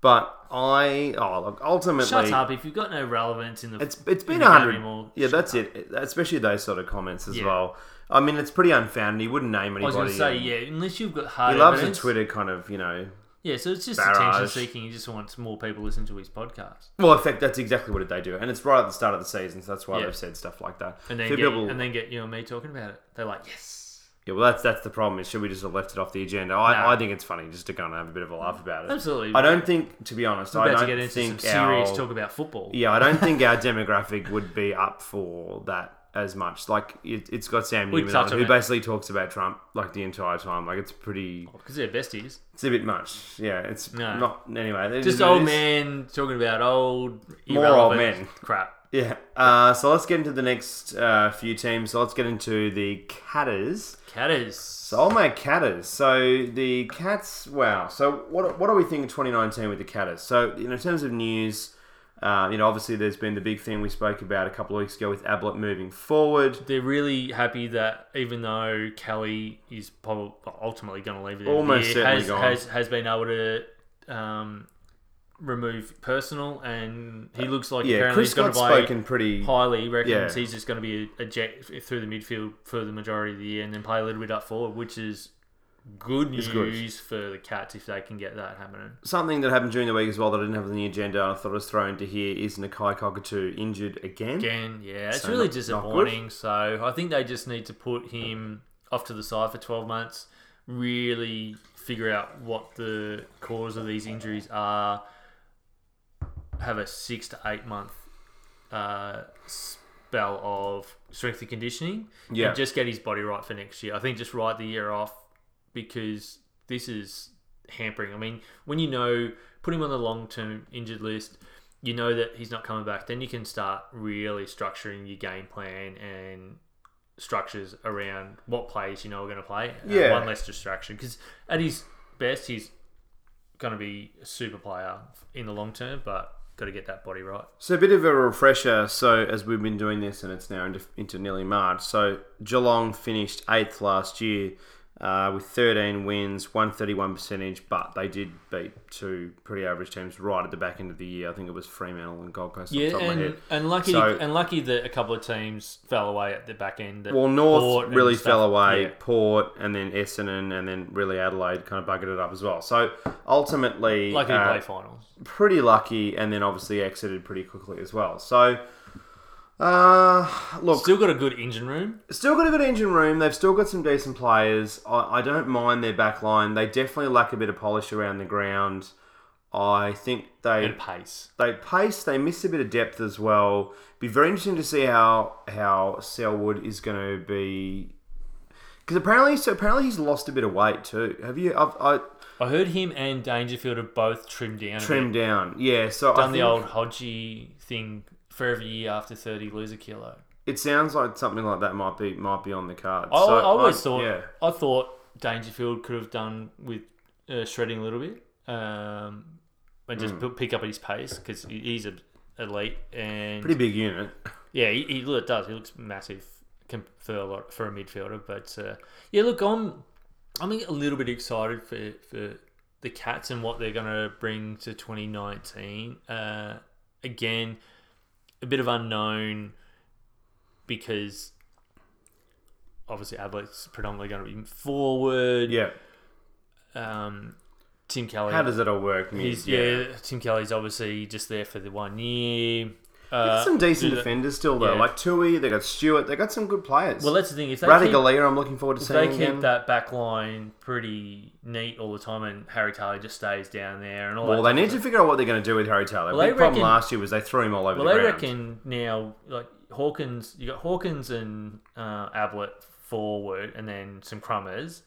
Speaker 1: But I oh look, ultimately
Speaker 2: Shut up! If you've got no relevance in the,
Speaker 1: it's it's been
Speaker 2: You
Speaker 1: a
Speaker 2: can't
Speaker 1: hundred.
Speaker 2: anymore.
Speaker 1: Yeah, that's it. Especially those sort of comments as
Speaker 2: Yeah.
Speaker 1: well. I mean, it's pretty unfounded. He wouldn't name
Speaker 2: I was
Speaker 1: anybody.
Speaker 2: going to say
Speaker 1: and
Speaker 2: yeah. Unless you've got hard
Speaker 1: um, He loves a
Speaker 2: evidence,
Speaker 1: Twitter kind of you know.
Speaker 2: Yeah, so it's just
Speaker 1: barrage.
Speaker 2: attention seeking. He just wants more people to listen to his podcast,
Speaker 1: Well, in fact, that's exactly what they do, and it's right at the start of the season. So that's why
Speaker 2: Yeah.
Speaker 1: they've said stuff like that.
Speaker 2: and then
Speaker 1: Few
Speaker 2: get,
Speaker 1: people-
Speaker 2: and then get you and me talking about it. They're like, yes.
Speaker 1: yeah, well, that's that's the problem. Is should we just have left it off the agenda? I,
Speaker 2: Nah.
Speaker 1: I think it's funny just to kind of have a bit of a laugh about it.
Speaker 2: Absolutely.
Speaker 1: I don't think, to be honest, I
Speaker 2: about
Speaker 1: don't
Speaker 2: to get into
Speaker 1: think
Speaker 2: some serious
Speaker 1: our,
Speaker 2: talk about football.
Speaker 1: yeah, I don't think our demographic would be up for that as much. Like it, it's got Sam
Speaker 2: We
Speaker 1: Newman
Speaker 2: touch
Speaker 1: on,
Speaker 2: on
Speaker 1: who
Speaker 2: it.
Speaker 1: basically talks about Trump like the entire time. Like it's pretty,
Speaker 2: because they're besties.
Speaker 1: it's a bit much. Yeah, it's
Speaker 2: No.
Speaker 1: not anyway. it is
Speaker 2: Just
Speaker 1: what
Speaker 2: old
Speaker 1: it is.
Speaker 2: man talking about old
Speaker 1: More old
Speaker 2: irrelevant
Speaker 1: men.
Speaker 2: crap.
Speaker 1: Yeah. Uh, so let's get into the next uh, few teams. So let's get into the Catters.
Speaker 2: Catters.
Speaker 1: So, oh my Catters. So the Cats. Wow. So what what do we think of 2019 with the Catters? So you know, in terms of news, uh, you know, obviously there's been the big thing we spoke about a couple of weeks ago with Ablett moving forward.
Speaker 2: They're really happy that even though Kelly is probably ultimately going to leave it,
Speaker 1: Almost
Speaker 2: year,
Speaker 1: certainly
Speaker 2: has,
Speaker 1: gone.
Speaker 2: has has been able to um, remove personal, and he looks like
Speaker 1: Uh, Yeah,
Speaker 2: apparently
Speaker 1: Chris
Speaker 2: he's going
Speaker 1: got
Speaker 2: to buy
Speaker 1: spoken pretty.
Speaker 2: highly. Reckons
Speaker 1: Yeah.
Speaker 2: he's just going to be a, a jet through the midfield for the majority of the year, and then play a little bit up forward, which is good
Speaker 1: It's
Speaker 2: news
Speaker 1: good.
Speaker 2: for the Cats if they can get that happening.
Speaker 1: Something that happened during the week as well that I didn't have on the agenda and I thought was thrown to here is Nakai Cockatoo injured again.
Speaker 2: Again, yeah, it's
Speaker 1: So
Speaker 2: really
Speaker 1: not- not good.
Speaker 2: disappointing. So I think they just need to put him off to the side for 12 months, really figure out what the cause of these injuries are, have a six to eight month uh, spell of strength and conditioning,
Speaker 1: Yeah.
Speaker 2: and just get his body right for next year. I think just write the year off because this is hampering. I mean, when you know, put him on the long term injured list, you know that he's not coming back, then you can start really structuring your game plan and structures around what plays you know are going to play. and
Speaker 1: Yeah.
Speaker 2: One less distraction. Because at his best, he's going to be a super player in the long term, but got to get that body right.
Speaker 1: So a bit of a refresher. So as we've been doing this, and it's now into, into nearly March. So Geelong finished eighth last year uh, with 13 wins, 131 percentage, but they did beat two pretty average teams right at the back end of the year. I think it was Fremantle and Gold Coast. off
Speaker 2: Yeah,
Speaker 1: the top of my head.
Speaker 2: and, and lucky
Speaker 1: So-
Speaker 2: and lucky that a couple of teams fell away at the back end. that
Speaker 1: Well, North
Speaker 2: Port and
Speaker 1: really
Speaker 2: stuff-
Speaker 1: fell away.
Speaker 2: yeah.
Speaker 1: Port and then Essendon and then really Adelaide kind of buggered it up as well. So ultimately,
Speaker 2: Lucky
Speaker 1: uh,
Speaker 2: to play finals.
Speaker 1: pretty lucky, and then obviously exited pretty quickly as well. So. Uh, look,
Speaker 2: Still got a good engine room.
Speaker 1: Still got a good engine room. They've still got some decent players. I, I don't mind their back line. They definitely lack a bit of polish around the ground. I think they
Speaker 2: and pace.
Speaker 1: they pace. They miss a bit of depth as well. Be very interesting to see how how Selwood is going to be. Because apparently, so apparently he's lost a bit of weight too. Have you? I've, I
Speaker 2: I heard him and Dangerfield have both trimmed down. a bit.
Speaker 1: trimmed down. Yeah. So I
Speaker 2: Done the
Speaker 1: think
Speaker 2: old Hodgie thing for every year after 30, lose a kilo.
Speaker 1: It sounds like something like that might be might be on the cards.
Speaker 2: I,
Speaker 1: So
Speaker 2: I always
Speaker 1: I'm-
Speaker 2: thought
Speaker 1: Yeah.
Speaker 2: I thought Dangerfield could have done with uh, shredding a little bit um, and
Speaker 1: Mm.
Speaker 2: just p- pick up his pace because he's a, elite. And
Speaker 1: Pretty big unit.
Speaker 2: Yeah, he, he look, does. He looks massive com- for a lot, for a midfielder. But uh, yeah, look, I'm I'm a little bit excited for for the Cats and what they're going to bring to 2019. Uh, again, a bit of unknown because obviously Adelaide's predominantly going to be forward.
Speaker 1: Yeah.
Speaker 2: Um, Tim Kelly.
Speaker 1: How does it all work? Miz?
Speaker 2: he's, yeah. Tim Kelly's obviously just there for the one year. Uh,
Speaker 1: They've got some decent
Speaker 2: do that.
Speaker 1: defenders still though,
Speaker 2: yeah.
Speaker 1: like Tui. They got Stewart. They got some good players.
Speaker 2: Well, that's the thing. If they keep-
Speaker 1: Radigalia, I'm looking forward to
Speaker 2: If they
Speaker 1: seeing
Speaker 2: keep
Speaker 1: again.
Speaker 2: that back line pretty neat all the time, and Harry Taylor just stays down there, and all
Speaker 1: well,
Speaker 2: that
Speaker 1: they need to figure out what they're going to do with Harry Taylor.
Speaker 2: Well,
Speaker 1: Big
Speaker 2: they
Speaker 1: problem
Speaker 2: reckon-
Speaker 1: last year was they threw him all over
Speaker 2: well,
Speaker 1: the
Speaker 2: they
Speaker 1: ground.
Speaker 2: reckon now like Hawkins, you got Hawkins and uh, Ablett forward, and then some crummers.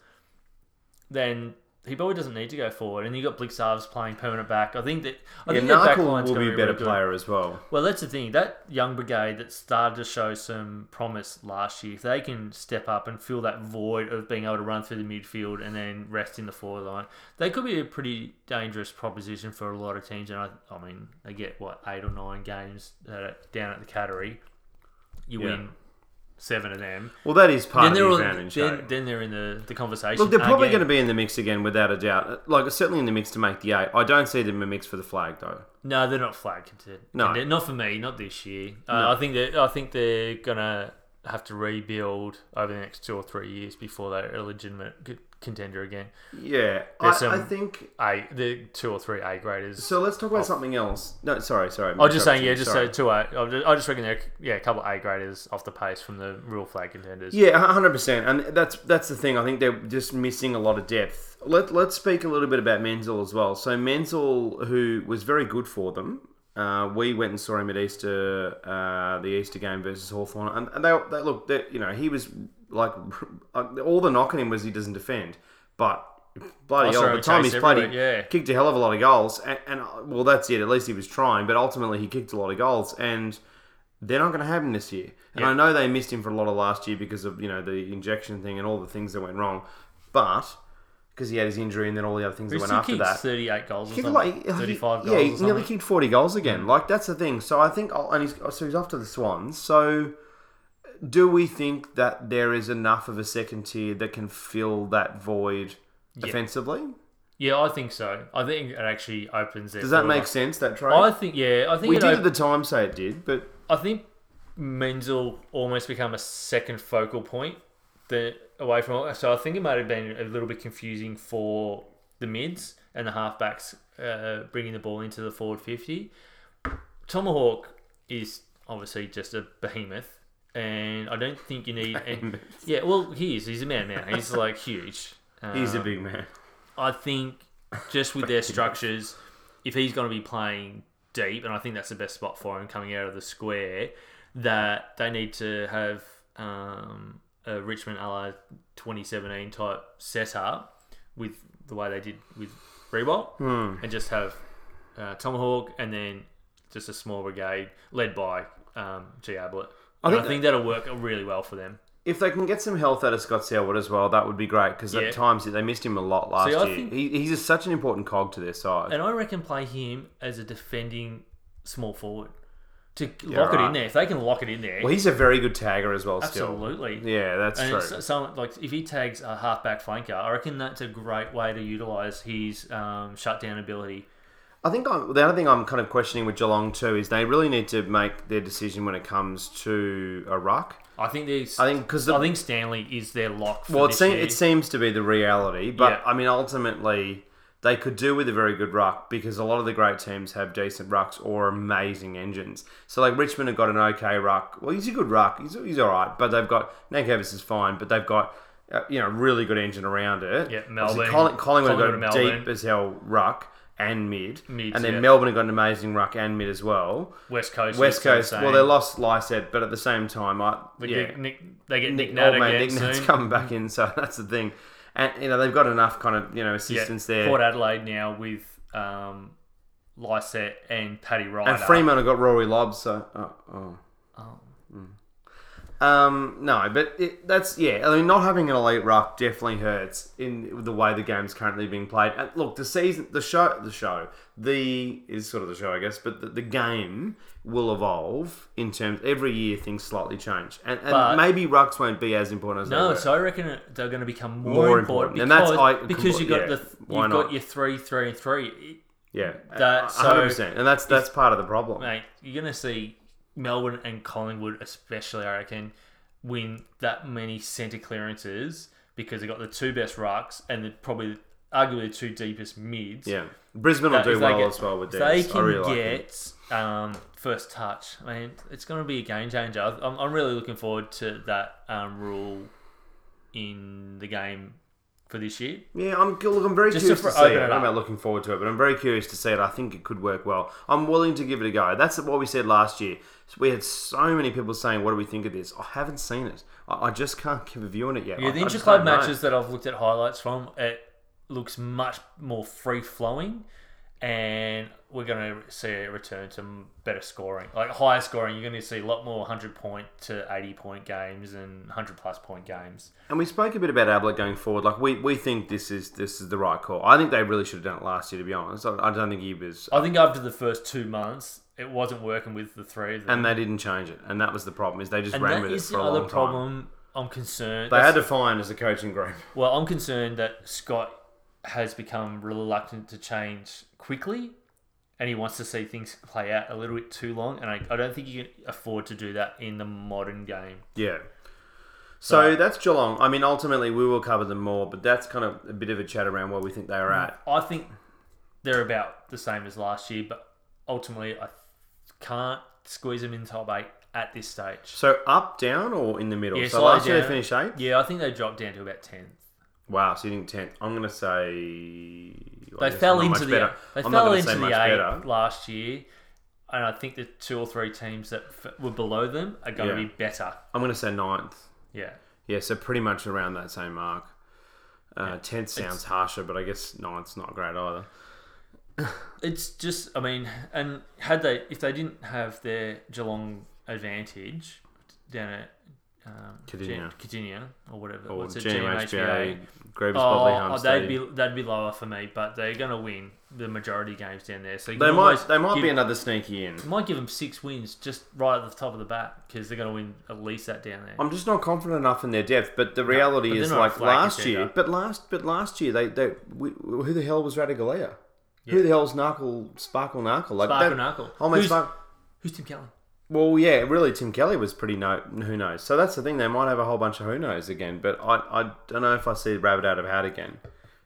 Speaker 2: Then he probably doesn't need to go forward, and you got Blixarves playing permanent back. I think that I
Speaker 1: yeah,
Speaker 2: think their back
Speaker 1: Narkle
Speaker 2: line's
Speaker 1: will
Speaker 2: gonna
Speaker 1: be a better
Speaker 2: really good.
Speaker 1: player as well.
Speaker 2: Well, that's the thing. That young brigade that started to show some promise last year, if they can step up and fill that void of being able to run through the midfield and then rest in the forward line, they could be a pretty dangerous proposition for a lot of teams. And I, I mean, they get what eight or nine games uh, down at the Cattery. You
Speaker 1: Yeah.
Speaker 2: win seven of them.
Speaker 1: Well, that is part
Speaker 2: Then they're,
Speaker 1: of
Speaker 2: all,
Speaker 1: the advantage.
Speaker 2: then,
Speaker 1: though.
Speaker 2: then they're in the, the conversation.
Speaker 1: Look, they're probably
Speaker 2: again.
Speaker 1: going to be in the mix again, without a doubt. Like certainly in the mix to make the eight. I don't see them in the mix for the flag though.
Speaker 2: No, they're not flag content.
Speaker 1: No.
Speaker 2: Contend- not for me. Not this year. Uh, I think that I think they're gonna have to rebuild over the next two or three years before they're a legitimate c- contender again.
Speaker 1: Yeah, I,
Speaker 2: There's some-
Speaker 1: I think.
Speaker 2: A the two or three A graders.
Speaker 1: So let's talk about something else. No, sorry, sorry.
Speaker 2: I was just saying, yeah,
Speaker 1: interrupted you,
Speaker 2: just
Speaker 1: sorry.
Speaker 2: so two A. I just- I just reckon they're yeah a couple of A graders off the pace from the real flag contenders.
Speaker 1: Yeah, hundred percent, and that's that's the thing. I think they're just missing a lot of depth. Let Let's speak a little bit about Menzel as well. So Menzel, who was very good for them, uh, we went and saw him at Easter, uh, the Easter game versus Hawthorn, and, and they, they look, they, you know, he was like all the knock on him was he doesn't defend, but bloody
Speaker 2: I
Speaker 1: hell,
Speaker 2: saw
Speaker 1: by the
Speaker 2: him
Speaker 1: time
Speaker 2: chase
Speaker 1: he's played, he
Speaker 2: everywhere, yeah.
Speaker 1: kicked a hell of a lot of goals, and, and uh, well, that's it. At least he was trying, but ultimately he kicked a lot of goals, and they're not going to have him this year. And I know they missed him for a lot of last year because of you know the injection thing and all the things that went wrong, but because he had his injury and then all the other things that
Speaker 2: He
Speaker 1: went
Speaker 2: still
Speaker 1: after
Speaker 2: kicks
Speaker 1: that.
Speaker 2: thirty eight goals or
Speaker 1: Kicked
Speaker 2: something,
Speaker 1: like
Speaker 2: thirty five
Speaker 1: yeah, he
Speaker 2: goals or
Speaker 1: nearly
Speaker 2: something. Mm.
Speaker 1: kicked forty goals again. Like that's the thing. So I think, oh, and he's so he's off to the Swans. So do we think that there is enough of a second tier that can fill that void offensively?
Speaker 2: yeah, I think so. I think it actually opens it.
Speaker 1: Does that make sense? That trade
Speaker 2: I think yeah. I think
Speaker 1: we
Speaker 2: it
Speaker 1: did
Speaker 2: op-
Speaker 1: at the time say it did, but
Speaker 2: I think Menzel almost become a second focal point that away from. So I think it might have been a little bit confusing for the mids and the halfbacks uh, bringing the ball into the forward fifty. Tomahawk is obviously just a behemoth, and I don't think you need. And, yeah, well, he is. He's a man now. He's like huge.
Speaker 1: He's a
Speaker 2: Um,
Speaker 1: big man.
Speaker 2: I think just with their structures, if he's going to be playing deep, and I think that's the best spot for him coming out of the square, that they need to have um, a Richmond a la 2017 type setup with the way they did with Reebok and just have uh, Tomahawk and then just a small brigade led by um, G. Ablett.
Speaker 1: I
Speaker 2: And I
Speaker 1: think
Speaker 2: think, that'll work really well for them.
Speaker 1: If they can get some health out of Scott Selwood as well, that would be great because
Speaker 2: Yeah.
Speaker 1: at times they missed him a lot last
Speaker 2: See, I
Speaker 1: year.
Speaker 2: think-
Speaker 1: He, he's just such an important cog to their side.
Speaker 2: And I reckon play him as a defending small forward to lock it
Speaker 1: right.
Speaker 2: in there. If they can lock it in there,
Speaker 1: well, he's a very good tagger as well.
Speaker 2: absolutely.
Speaker 1: Still, yeah, that's
Speaker 2: And
Speaker 1: true.
Speaker 2: it's someone like if he tags a halfback flanker, I reckon that's a great way to utilize his um, shutdown ability.
Speaker 1: I think I'm, the other thing I'm kind of questioning with Geelong too is they really need to make their decision when it comes to a ruck.
Speaker 2: I think there's.
Speaker 1: I think because
Speaker 2: I think Stanley is their lock. For
Speaker 1: well, it,
Speaker 2: this
Speaker 1: seem,
Speaker 2: year.
Speaker 1: it seems to be the reality, but
Speaker 2: Yeah.
Speaker 1: I mean ultimately they could do with a very good ruck because a lot of the great teams have decent rucks or amazing engines. So like Richmond have got an okay ruck. Well, he's a good ruck. He's, he's all right, but they've got Nankervis is fine, but they've got. Uh, you know, really good engine around it.
Speaker 2: Yeah,
Speaker 1: Obviously,
Speaker 2: Melbourne.
Speaker 1: Colli- Collingwood,
Speaker 2: Collingwood
Speaker 1: have got
Speaker 2: and
Speaker 1: deep as hell ruck and mid,
Speaker 2: Mids,
Speaker 1: and then
Speaker 2: yeah.
Speaker 1: Melbourne have got an amazing ruck and mid as well.
Speaker 2: West Coast.
Speaker 1: West
Speaker 2: is the
Speaker 1: Coast.
Speaker 2: same.
Speaker 1: Well, they lost Lyset, but at the same time, I
Speaker 2: They
Speaker 1: yeah,
Speaker 2: get Nick, they get Nick,
Speaker 1: Nick,
Speaker 2: Nat
Speaker 1: old Oh, man
Speaker 2: again
Speaker 1: Nick Nat's
Speaker 2: soon.
Speaker 1: coming back in, so that's the thing. And you know they've got enough kind of you know
Speaker 2: Yeah,
Speaker 1: assistance
Speaker 2: Port
Speaker 1: there.
Speaker 2: Adelaide now with um, Lysette and Paddy Ryder.
Speaker 1: And Fremantle got Rory Lobb, so oh, oh.
Speaker 2: Oh.
Speaker 1: Mm. Um, no, but it, that's yeah. I mean, not having an elite ruck definitely hurts in the way the game's currently being played. And look, the season, the show, the show, the is sort of the show, I guess, but the, the game will evolve in terms. Every year, things slightly change, and, and
Speaker 2: But-
Speaker 1: maybe rucks won't be as important as they
Speaker 2: No,
Speaker 1: were.
Speaker 2: so I reckon they're going to become more,
Speaker 1: More
Speaker 2: important,
Speaker 1: important. And that's-
Speaker 2: because,
Speaker 1: I-
Speaker 2: because you've got
Speaker 1: yeah,
Speaker 2: the th-
Speaker 1: why
Speaker 2: you've
Speaker 1: not?
Speaker 2: got your three, three, and three.
Speaker 1: Yeah,
Speaker 2: That-
Speaker 1: a-
Speaker 2: so-
Speaker 1: 100%. and that's that's part of the problem.
Speaker 2: Mate, you're going to see Melbourne and Collingwood, especially, I reckon, win that many centre clearances because they got the two best rucks and the, probably arguably the two deepest mids.
Speaker 1: yeah, Brisbane
Speaker 2: But
Speaker 1: will do
Speaker 2: if they
Speaker 1: well
Speaker 2: get-
Speaker 1: as well with
Speaker 2: if they
Speaker 1: theirs. I
Speaker 2: can
Speaker 1: really like them.
Speaker 2: get um, first touch. I mean, it's going to be a game changer. I'm, I'm really looking forward to that um, rule in the game for this year.
Speaker 1: Yeah, I'm look. I'm very
Speaker 2: Just
Speaker 1: curious
Speaker 2: to
Speaker 1: to,
Speaker 2: fr-
Speaker 1: see
Speaker 2: open
Speaker 1: it.
Speaker 2: it
Speaker 1: I'm
Speaker 2: up.
Speaker 1: not looking forward to it, but I'm very curious to see it. I think it could work well. I'm willing to give it a go. That's what we said last year. We had so many people saying, "What do we think of this?" I haven't seen it. I, I just can't give a view on it yet.
Speaker 2: Yeah,
Speaker 1: I-
Speaker 2: the
Speaker 1: I just
Speaker 2: interclub
Speaker 1: don't know.
Speaker 2: matches that I've looked at highlights from, it looks much more free flowing, and we're going to see a return to m- better scoring, like higher scoring. You're going to see a lot more hundred point to eighty point games and hundred plus point games.
Speaker 1: And we spoke a bit about Ablett going forward. Like we, we think this is this is the right call. I think they really should have done it last year. To be honest, I, I don't think he was,
Speaker 2: I think after the first two months, it wasn't working with the three of them,
Speaker 1: and they didn't change it. And that was the problem. Is they just
Speaker 2: and
Speaker 1: ran
Speaker 2: that
Speaker 1: with it
Speaker 2: is
Speaker 1: for
Speaker 2: the
Speaker 1: a
Speaker 2: other
Speaker 1: long time.
Speaker 2: problem. I'm concerned.
Speaker 1: They
Speaker 2: that's-
Speaker 1: had to find as a coaching group.
Speaker 2: Well, I'm concerned that Scott has become reluctant to change quickly and he wants to see things play out a little bit too long. And I, I don't think you can afford to do that in the modern game.
Speaker 1: Yeah. So that's Geelong. I mean, ultimately, we will cover them more, but that's kind of a bit of a chat around where we think they are at.
Speaker 2: I think they're about the same as last year, but ultimately, I can't squeeze them in top eight at this stage.
Speaker 1: So up, down, or in the middle?
Speaker 2: Yeah,
Speaker 1: so
Speaker 2: slightly
Speaker 1: last year they
Speaker 2: down.
Speaker 1: finished eighth.
Speaker 2: Yeah, I think they dropped down to about 10.
Speaker 1: Wow, so you think tenth? I'm going to say I
Speaker 2: They
Speaker 1: guess I'm
Speaker 2: fell
Speaker 1: not
Speaker 2: into
Speaker 1: much
Speaker 2: the
Speaker 1: better.
Speaker 2: they
Speaker 1: I'm not
Speaker 2: fell
Speaker 1: gonna
Speaker 2: into
Speaker 1: say
Speaker 2: the
Speaker 1: much
Speaker 2: eight
Speaker 1: better.
Speaker 2: last year, and I think the two or three teams that f- were below them are going to
Speaker 1: Yeah.
Speaker 2: be better.
Speaker 1: I'm going to say ninth.
Speaker 2: Yeah,
Speaker 1: Yeah, so pretty much around that same mark. Uh, tenth sounds harsher, but I guess ninth's not great either.
Speaker 2: it's just I mean, and had they if they didn't have their Geelong advantage down at um,
Speaker 1: Cadinia.
Speaker 2: Cadinia or whatever,
Speaker 1: Or
Speaker 2: what's it,
Speaker 1: GMHBA,
Speaker 2: GMHBA?
Speaker 1: Grievous Bodley
Speaker 2: Oh,
Speaker 1: Harm
Speaker 2: oh, they'd
Speaker 1: Stadium.
Speaker 2: be they'd be lower for me, but they're gonna win the majority of games down there. So you
Speaker 1: They
Speaker 2: can
Speaker 1: might,
Speaker 2: almost
Speaker 1: they might
Speaker 2: give,
Speaker 1: be another sneaky in.
Speaker 2: you might give them six wins just right at the top of the bat because they're gonna win at least that down there.
Speaker 1: I'm just not confident enough in their depth. But the reality
Speaker 2: but they're
Speaker 1: is,
Speaker 2: not
Speaker 1: like
Speaker 2: flaky
Speaker 1: last
Speaker 2: centre.
Speaker 1: year, but last but last year, they they we, who the hell was Radigalea? Who the hell's Knuckle Sparkle Knuckle? Like
Speaker 2: Sparkle
Speaker 1: that,
Speaker 2: Knuckle.
Speaker 1: Oh my
Speaker 2: Who's-
Speaker 1: Spark-
Speaker 2: Who's Tim Kelly?
Speaker 1: Well, yeah, really, Tim Kelly was pretty no who knows. So that's the thing; they might have a whole bunch of who knows again. But I, I don't know if I see the rabbit out of hat again.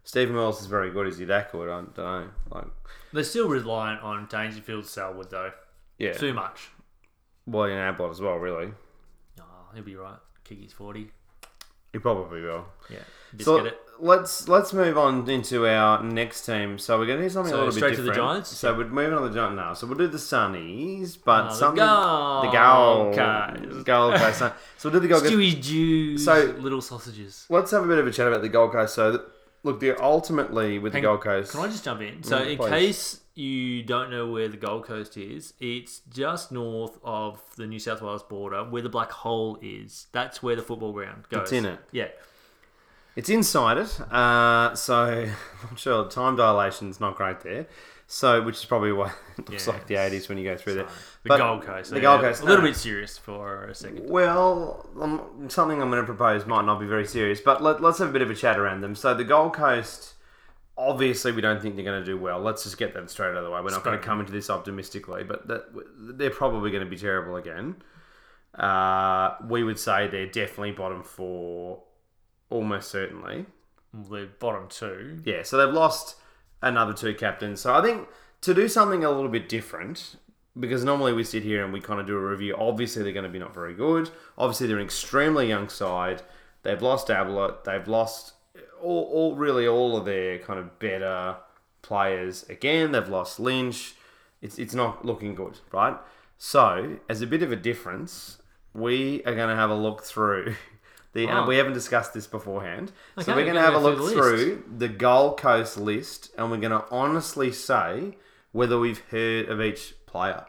Speaker 1: Stephen Wells is very good. Is he that good? I don't know. Like,
Speaker 2: They're still reliant on Dangerfield Selwood though.
Speaker 1: yeah,
Speaker 2: Too much.
Speaker 1: well, in Ablott as well, really.
Speaker 2: Oh, he'll be right. Kiki's forty.
Speaker 1: He probably will.
Speaker 2: Yeah. Biscuit
Speaker 1: So
Speaker 2: it.
Speaker 1: let's let's move on into our next team. So we're gonna do something
Speaker 2: So
Speaker 1: a little bit
Speaker 2: straight to the
Speaker 1: different.
Speaker 2: Giants?
Speaker 1: So we're moving on to the Giants now. So we'll do the Sunnies, but
Speaker 2: Oh, the
Speaker 1: something
Speaker 2: Gold
Speaker 1: the Gold
Speaker 2: Coast.
Speaker 1: Gold Coast Sun- So we'll do the Gold Coast.
Speaker 2: Stewie Jews.
Speaker 1: So-
Speaker 2: little sausages.
Speaker 1: Let's have a bit of a chat about the Gold Coast. So th- look, the ultimately with
Speaker 2: Hang-
Speaker 1: the Gold Coast.
Speaker 2: Can I just jump in? So,
Speaker 1: Mm,
Speaker 2: in
Speaker 1: please.
Speaker 2: case you don't know where the Gold Coast is, it's just north of the New South Wales border, where the black hole is. That's where the football ground goes.
Speaker 1: It's in it.
Speaker 2: Yeah.
Speaker 1: It's inside it, uh, so I'm sure time dilation's not great there. So, which is probably why it looks
Speaker 2: Yeah,
Speaker 1: like the
Speaker 2: it's-
Speaker 1: '80s when you go through
Speaker 2: Sorry.
Speaker 1: there.
Speaker 2: The
Speaker 1: But
Speaker 2: Gold Coast.
Speaker 1: the
Speaker 2: yeah.
Speaker 1: Gold Coast,
Speaker 2: A little
Speaker 1: no.
Speaker 2: bit serious for a second.
Speaker 1: Well, um, something I'm going to propose might not be very serious, but let, let's have a bit of a chat around them. So, the Gold Coast, obviously, we don't think they're going to do well. Let's just get that straight out of the way. We're not going to
Speaker 2: Spoken.
Speaker 1: come into this optimistically, but that, they're probably going to be terrible again. Uh, we would say they're definitely bottom four, almost certainly.
Speaker 2: The bottom two.
Speaker 1: Yeah, so they've lost another two captains. So I think to do something a little bit different, because normally we sit here and we kind of do a review. Obviously, they're going to be not very good. Obviously, they're an extremely young side. They've lost Ablett. They've lost all, all really all of their kind of better players again. They've lost Lynch. It's it's not looking good, right? So as a bit of a difference, we are going to have a look through. The,
Speaker 2: Wow.
Speaker 1: and we haven't discussed this beforehand, so
Speaker 2: Okay,
Speaker 1: we're going to
Speaker 2: we're
Speaker 1: have a
Speaker 2: gonna go
Speaker 1: look
Speaker 2: through the
Speaker 1: through
Speaker 2: list.
Speaker 1: the Gold Coast list, and we're going to honestly say whether we've heard of each player.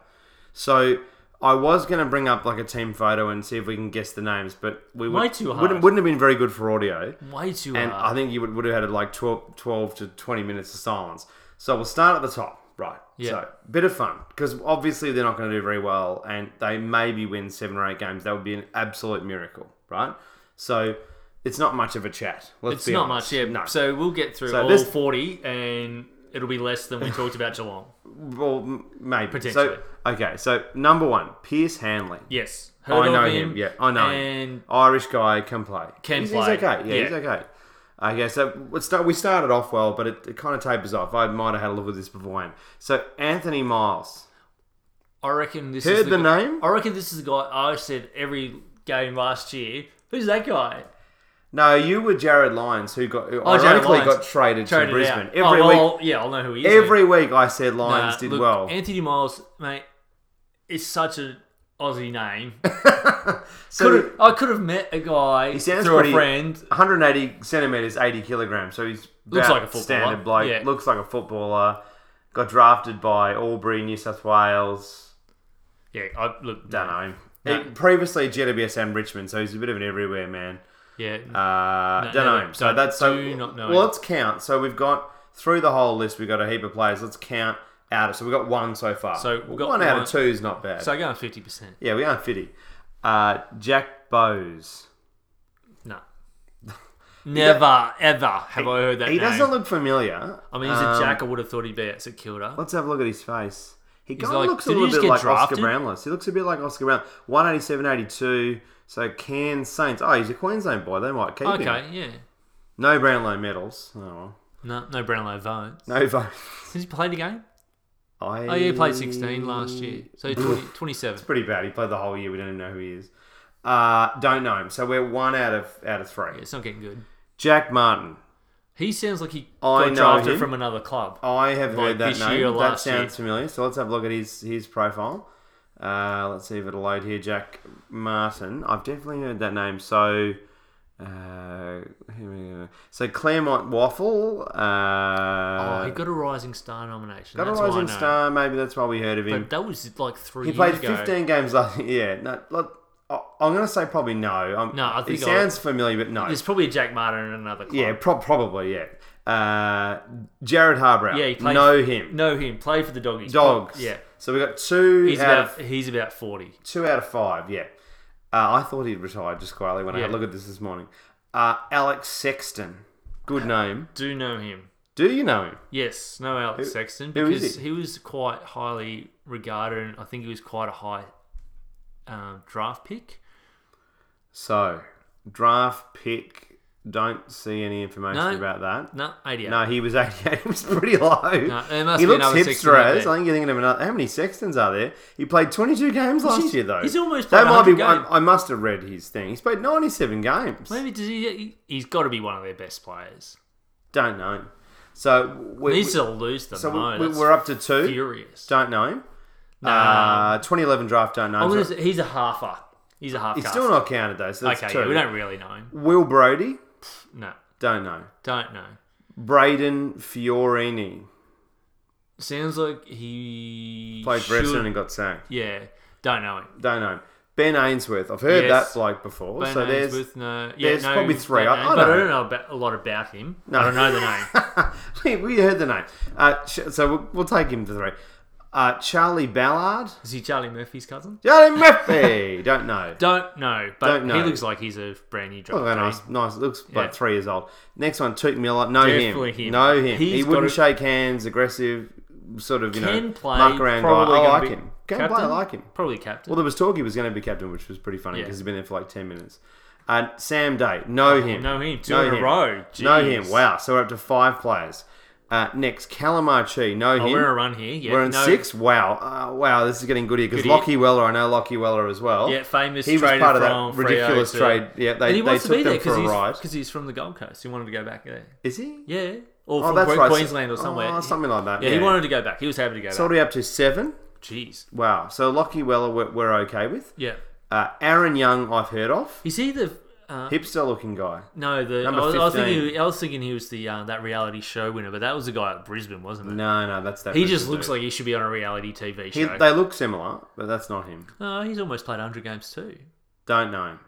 Speaker 1: So I was going to bring up like a team photo and see if we can guess the names, but we
Speaker 2: Way
Speaker 1: would,
Speaker 2: too hard.
Speaker 1: wouldn't wouldn't have been very good for audio.
Speaker 2: Way too
Speaker 1: And
Speaker 2: hard.
Speaker 1: I think you would, would have had like 12, 12 to 20 minutes of silence. So we'll start at the top. Right.
Speaker 2: Yeah.
Speaker 1: So, bit of fun because obviously they're not going to do very well and they maybe win seven or eight games. That would be an absolute miracle, right? So, it's not much of a chat. Let's
Speaker 2: it's
Speaker 1: be
Speaker 2: not
Speaker 1: honest.
Speaker 2: much, yeah.
Speaker 1: No.
Speaker 2: So we'll get through
Speaker 1: So
Speaker 2: all
Speaker 1: this-
Speaker 2: 40 and it'll be less than we talked about Geelong.
Speaker 1: Well, m- maybe.
Speaker 2: Potentially.
Speaker 1: So, okay, so number one, Pierce Hanley.
Speaker 2: Yes.
Speaker 1: I
Speaker 2: of
Speaker 1: know him. Yeah, I know
Speaker 2: And
Speaker 1: him. Irish guy can play.
Speaker 2: Can
Speaker 1: he's,
Speaker 2: play.
Speaker 1: He's okay. Yeah, he's
Speaker 2: Yeah.
Speaker 1: okay. Okay, so we start, we started off well, but it, it kind of tapers off. I might have had a look at this beforehand. So Anthony Miles,
Speaker 2: I reckon this is
Speaker 1: heard
Speaker 2: the
Speaker 1: the
Speaker 2: guy-
Speaker 1: name?
Speaker 2: I reckon this is the guy I said every game last year. Who's that guy?
Speaker 1: No, you were Jared Lyons, who got who
Speaker 2: Oh, Jared
Speaker 1: ironically
Speaker 2: Lyons.
Speaker 1: got traded,
Speaker 2: Traded
Speaker 1: to Brisbane.
Speaker 2: out.
Speaker 1: Every
Speaker 2: oh,
Speaker 1: week,
Speaker 2: well, yeah, I'll know who he is.
Speaker 1: every week I said
Speaker 2: Nah,
Speaker 1: Lyons did
Speaker 2: look,
Speaker 1: well.
Speaker 2: Anthony Miles, mate, is such an Aussie name.
Speaker 1: So
Speaker 2: could have, I could have met a guy
Speaker 1: sounds
Speaker 2: through
Speaker 1: pretty-
Speaker 2: a friend.
Speaker 1: 180 centimeters, 80 kilograms. So he's
Speaker 2: Looks
Speaker 1: about
Speaker 2: like a footballer.
Speaker 1: Standard bloke.
Speaker 2: Yeah.
Speaker 1: Looks like a footballer. Got drafted by Albury, New South Wales.
Speaker 2: Yeah, I look.
Speaker 1: Don't know him.
Speaker 2: No.
Speaker 1: He- previously GWSM Richmond, so he's a bit of an everywhere man.
Speaker 2: Yeah,
Speaker 1: Uh,
Speaker 2: No,
Speaker 1: don't
Speaker 2: no,
Speaker 1: know him. So
Speaker 2: don't-
Speaker 1: that's so.
Speaker 2: do not know
Speaker 1: well,
Speaker 2: him.
Speaker 1: let's count. So we've got through the whole list. We've got a heap of players. Let's count out of. So we've got one so far.
Speaker 2: So we've got
Speaker 1: one out
Speaker 2: one.
Speaker 1: of two is not bad.
Speaker 2: so I go fifty percent.
Speaker 1: yeah, we aren't fitty. Uh, Jack Bowes.
Speaker 2: No, never ever have I heard that
Speaker 1: He
Speaker 2: name.
Speaker 1: doesn't look familiar.
Speaker 2: I mean, he's a
Speaker 1: um,
Speaker 2: jack. I would have thought he'd be at St Kilda.
Speaker 1: Let's have a look at his face. He kind of
Speaker 2: like-
Speaker 1: looks a
Speaker 2: did he
Speaker 1: little
Speaker 2: just
Speaker 1: bit
Speaker 2: get
Speaker 1: like
Speaker 2: drafted?
Speaker 1: Oscar Brownless. He looks a bit like Oscar Brown. 187, 82. So Cairns Saints. Oh, he's a Queensland boy. They might keep him.
Speaker 2: Okay, yeah.
Speaker 1: No Brownlow medals. Oh, well.
Speaker 2: No, no Brownlow votes.
Speaker 1: no vote.
Speaker 2: Has he played a game?
Speaker 1: I...
Speaker 2: Oh, yeah, he played 16 last year. So 20, 27.
Speaker 1: Pretty bad. He played the whole year. We don't even know who he is. Uh, don't know him. So we're one out of out of three.
Speaker 2: It's not getting good.
Speaker 1: Jack Martin.
Speaker 2: He sounds like he
Speaker 1: I
Speaker 2: got
Speaker 1: know
Speaker 2: drafted
Speaker 1: him. Uh,
Speaker 2: from another club.
Speaker 1: I have
Speaker 2: Like
Speaker 1: heard that
Speaker 2: this
Speaker 1: name.
Speaker 2: year or
Speaker 1: that
Speaker 2: last
Speaker 1: sounds
Speaker 2: year.
Speaker 1: familiar. So let's have a look at his his profile. Uh, let's see if it'll load here. Jack Martin. I've definitely heard that name. So. Uh, here we go. So Claremont Waffle. Uh,
Speaker 2: oh, he got a Rising Star nomination.
Speaker 1: got a
Speaker 2: That's why I
Speaker 1: rising
Speaker 2: know.
Speaker 1: star. Maybe that's why we heard of him.
Speaker 2: But that was like three
Speaker 1: He
Speaker 2: years
Speaker 1: played
Speaker 2: ago.
Speaker 1: 15 games last year. Yeah, no, look, I- I'm going to say probably no. I'm,
Speaker 2: No, I think
Speaker 1: it
Speaker 2: I-
Speaker 1: sounds familiar, but no.
Speaker 2: There's probably a Jack Martin in another club.
Speaker 1: Yeah, prob probably, yeah. Uh, Jared Harbrow.
Speaker 2: Yeah, he played.
Speaker 1: Know him.
Speaker 2: Know him. Played for the Doggies.
Speaker 1: Dogs.
Speaker 2: Yeah.
Speaker 1: So we got two
Speaker 2: He's
Speaker 1: out
Speaker 2: about,
Speaker 1: of
Speaker 2: he's about 40.
Speaker 1: two out of five. Yeah. Uh, I thought he'd retired just quietly when I had a
Speaker 2: Yeah.
Speaker 1: look at this this morning. Uh, Alex Sexton. Good name.
Speaker 2: Do know him.
Speaker 1: Do you know him?
Speaker 2: Yes, no Alex Sexton
Speaker 1: who is
Speaker 2: because he was quite highly regarded and I think he was quite a high um, draft pick.
Speaker 1: So, draft pick. Don't see any information
Speaker 2: No.
Speaker 1: about that.
Speaker 2: No, 88.
Speaker 1: No, he was 88. He was pretty low.
Speaker 2: No, there must
Speaker 1: he
Speaker 2: be
Speaker 1: looks
Speaker 2: another Sexton
Speaker 1: hipster
Speaker 2: out
Speaker 1: as.
Speaker 2: there.
Speaker 1: I think you're thinking of another. How many Sextons are there? He played 22 games
Speaker 2: He's-
Speaker 1: last year, though.
Speaker 2: he's almost
Speaker 1: That
Speaker 2: played
Speaker 1: might be.
Speaker 2: 100 games.
Speaker 1: I, I must have read his thing. He's played 97 games.
Speaker 2: Maybe does he? he- He's got to be one of their best players.
Speaker 1: Don't know. So we,
Speaker 2: Needs to lose the
Speaker 1: so
Speaker 2: most.
Speaker 1: we,
Speaker 2: That's
Speaker 1: we're up to two.
Speaker 2: furious.
Speaker 1: Don't know him. Uh, 2011 draft. Don't know.
Speaker 2: I'm
Speaker 1: him.
Speaker 2: gonna
Speaker 1: So
Speaker 2: say he's a halfer. He's a half.
Speaker 1: he's
Speaker 2: cast.
Speaker 1: still not counted though. So that's
Speaker 2: okay,
Speaker 1: two.
Speaker 2: yeah, we don't really know him.
Speaker 1: Will Brody.
Speaker 2: No,
Speaker 1: Don't know.
Speaker 2: don't know.
Speaker 1: Braden Fiorini
Speaker 2: Sounds like he
Speaker 1: played for
Speaker 2: should-
Speaker 1: Essendon and got sacked.
Speaker 2: Yeah, don't know him.
Speaker 1: Don't know. Ben Ainsworth. I've heard
Speaker 2: Yes.
Speaker 1: that bloke before.
Speaker 2: Ben
Speaker 1: so there's
Speaker 2: Ainsworth, no, yeah,
Speaker 1: there's
Speaker 2: no,
Speaker 1: probably three.
Speaker 2: that
Speaker 1: I-
Speaker 2: name,
Speaker 1: I
Speaker 2: but
Speaker 1: don't
Speaker 2: I don't know about, a lot about him.
Speaker 1: No.
Speaker 2: I don't know the name.
Speaker 1: we, we heard the name. Uh, sh- so we'll, we'll take him to three. Uh, Charlie Ballard.
Speaker 2: Is he Charlie Murphy's cousin?
Speaker 1: Charlie Murphy. Don't know.
Speaker 2: Don't know, but
Speaker 1: Don't know.
Speaker 2: he looks like he's a brand new
Speaker 1: Oh,
Speaker 2: draft.
Speaker 1: very
Speaker 2: pick.
Speaker 1: nice, nice. Looks
Speaker 2: Yeah.
Speaker 1: like three years old. Next one, Toot Miller. Know
Speaker 2: Definitely
Speaker 1: him.
Speaker 2: him.
Speaker 1: Know him. he
Speaker 2: He's
Speaker 1: wouldn't
Speaker 2: gotta-
Speaker 1: shake hands. Aggressive, sort of you know,
Speaker 2: Can play,
Speaker 1: muck around guy.
Speaker 2: probably
Speaker 1: I
Speaker 2: gonna
Speaker 1: like
Speaker 2: be
Speaker 1: him. Can
Speaker 2: captain?
Speaker 1: play. I like him.
Speaker 2: Probably captain.
Speaker 1: Well, there was talk he was going to be captain, which was pretty funny
Speaker 2: Yeah.
Speaker 1: because he's been there for like ten minutes. Uh, Sam Day. Know him.
Speaker 2: know him. Two
Speaker 1: Know
Speaker 2: in
Speaker 1: him.
Speaker 2: a row.
Speaker 1: Know him.
Speaker 2: Jeez.
Speaker 1: Wow. So we're up to five players. Uh, next, Calamarchi. Know
Speaker 2: Oh,
Speaker 1: him.
Speaker 2: we're in a run here. Yeah,
Speaker 1: We're in
Speaker 2: no-
Speaker 1: six. Wow, uh, wow, this is getting good here because
Speaker 2: Good here.
Speaker 1: Lockie Weller, I know Lockie Weller as well.
Speaker 2: Yeah, famous
Speaker 1: he was
Speaker 2: trader
Speaker 1: part of that
Speaker 2: from Freo
Speaker 1: ridiculous
Speaker 2: to-
Speaker 1: trade. Yeah, they,
Speaker 2: and he
Speaker 1: they
Speaker 2: wants
Speaker 1: took
Speaker 2: to be there
Speaker 1: them for
Speaker 2: because
Speaker 1: a
Speaker 2: he's,
Speaker 1: ride.
Speaker 2: 'cause he's from the Gold Coast. He wanted to go back there.
Speaker 1: Is he?
Speaker 2: Yeah, or
Speaker 1: Oh,
Speaker 2: from
Speaker 1: that's
Speaker 2: Que-
Speaker 1: right. so-
Speaker 2: Queensland or somewhere.
Speaker 1: Oh, something like that.
Speaker 2: yeah, he wanted to go back. He was happy to go
Speaker 1: So
Speaker 2: back.
Speaker 1: what are we up to seven?
Speaker 2: Jeez.
Speaker 1: Wow. So Lockie Weller, we're, we're okay with.
Speaker 2: Yeah.
Speaker 1: Uh, Aaron Young, I've heard of.
Speaker 2: Is he the? Uh,
Speaker 1: Hipster looking guy.
Speaker 2: no, the I
Speaker 1: Number
Speaker 2: was, I was
Speaker 1: 15.
Speaker 2: thinking. I was thinking he was the uh, that reality show winner, but that was the guy at Brisbane, wasn't it?
Speaker 1: No, no, that's that.
Speaker 2: He just looks like he should be on a reality TV
Speaker 1: He,
Speaker 2: show.
Speaker 1: they look similar, but that's not him.
Speaker 2: oh, he's almost played 100 games too.
Speaker 1: Don't know him.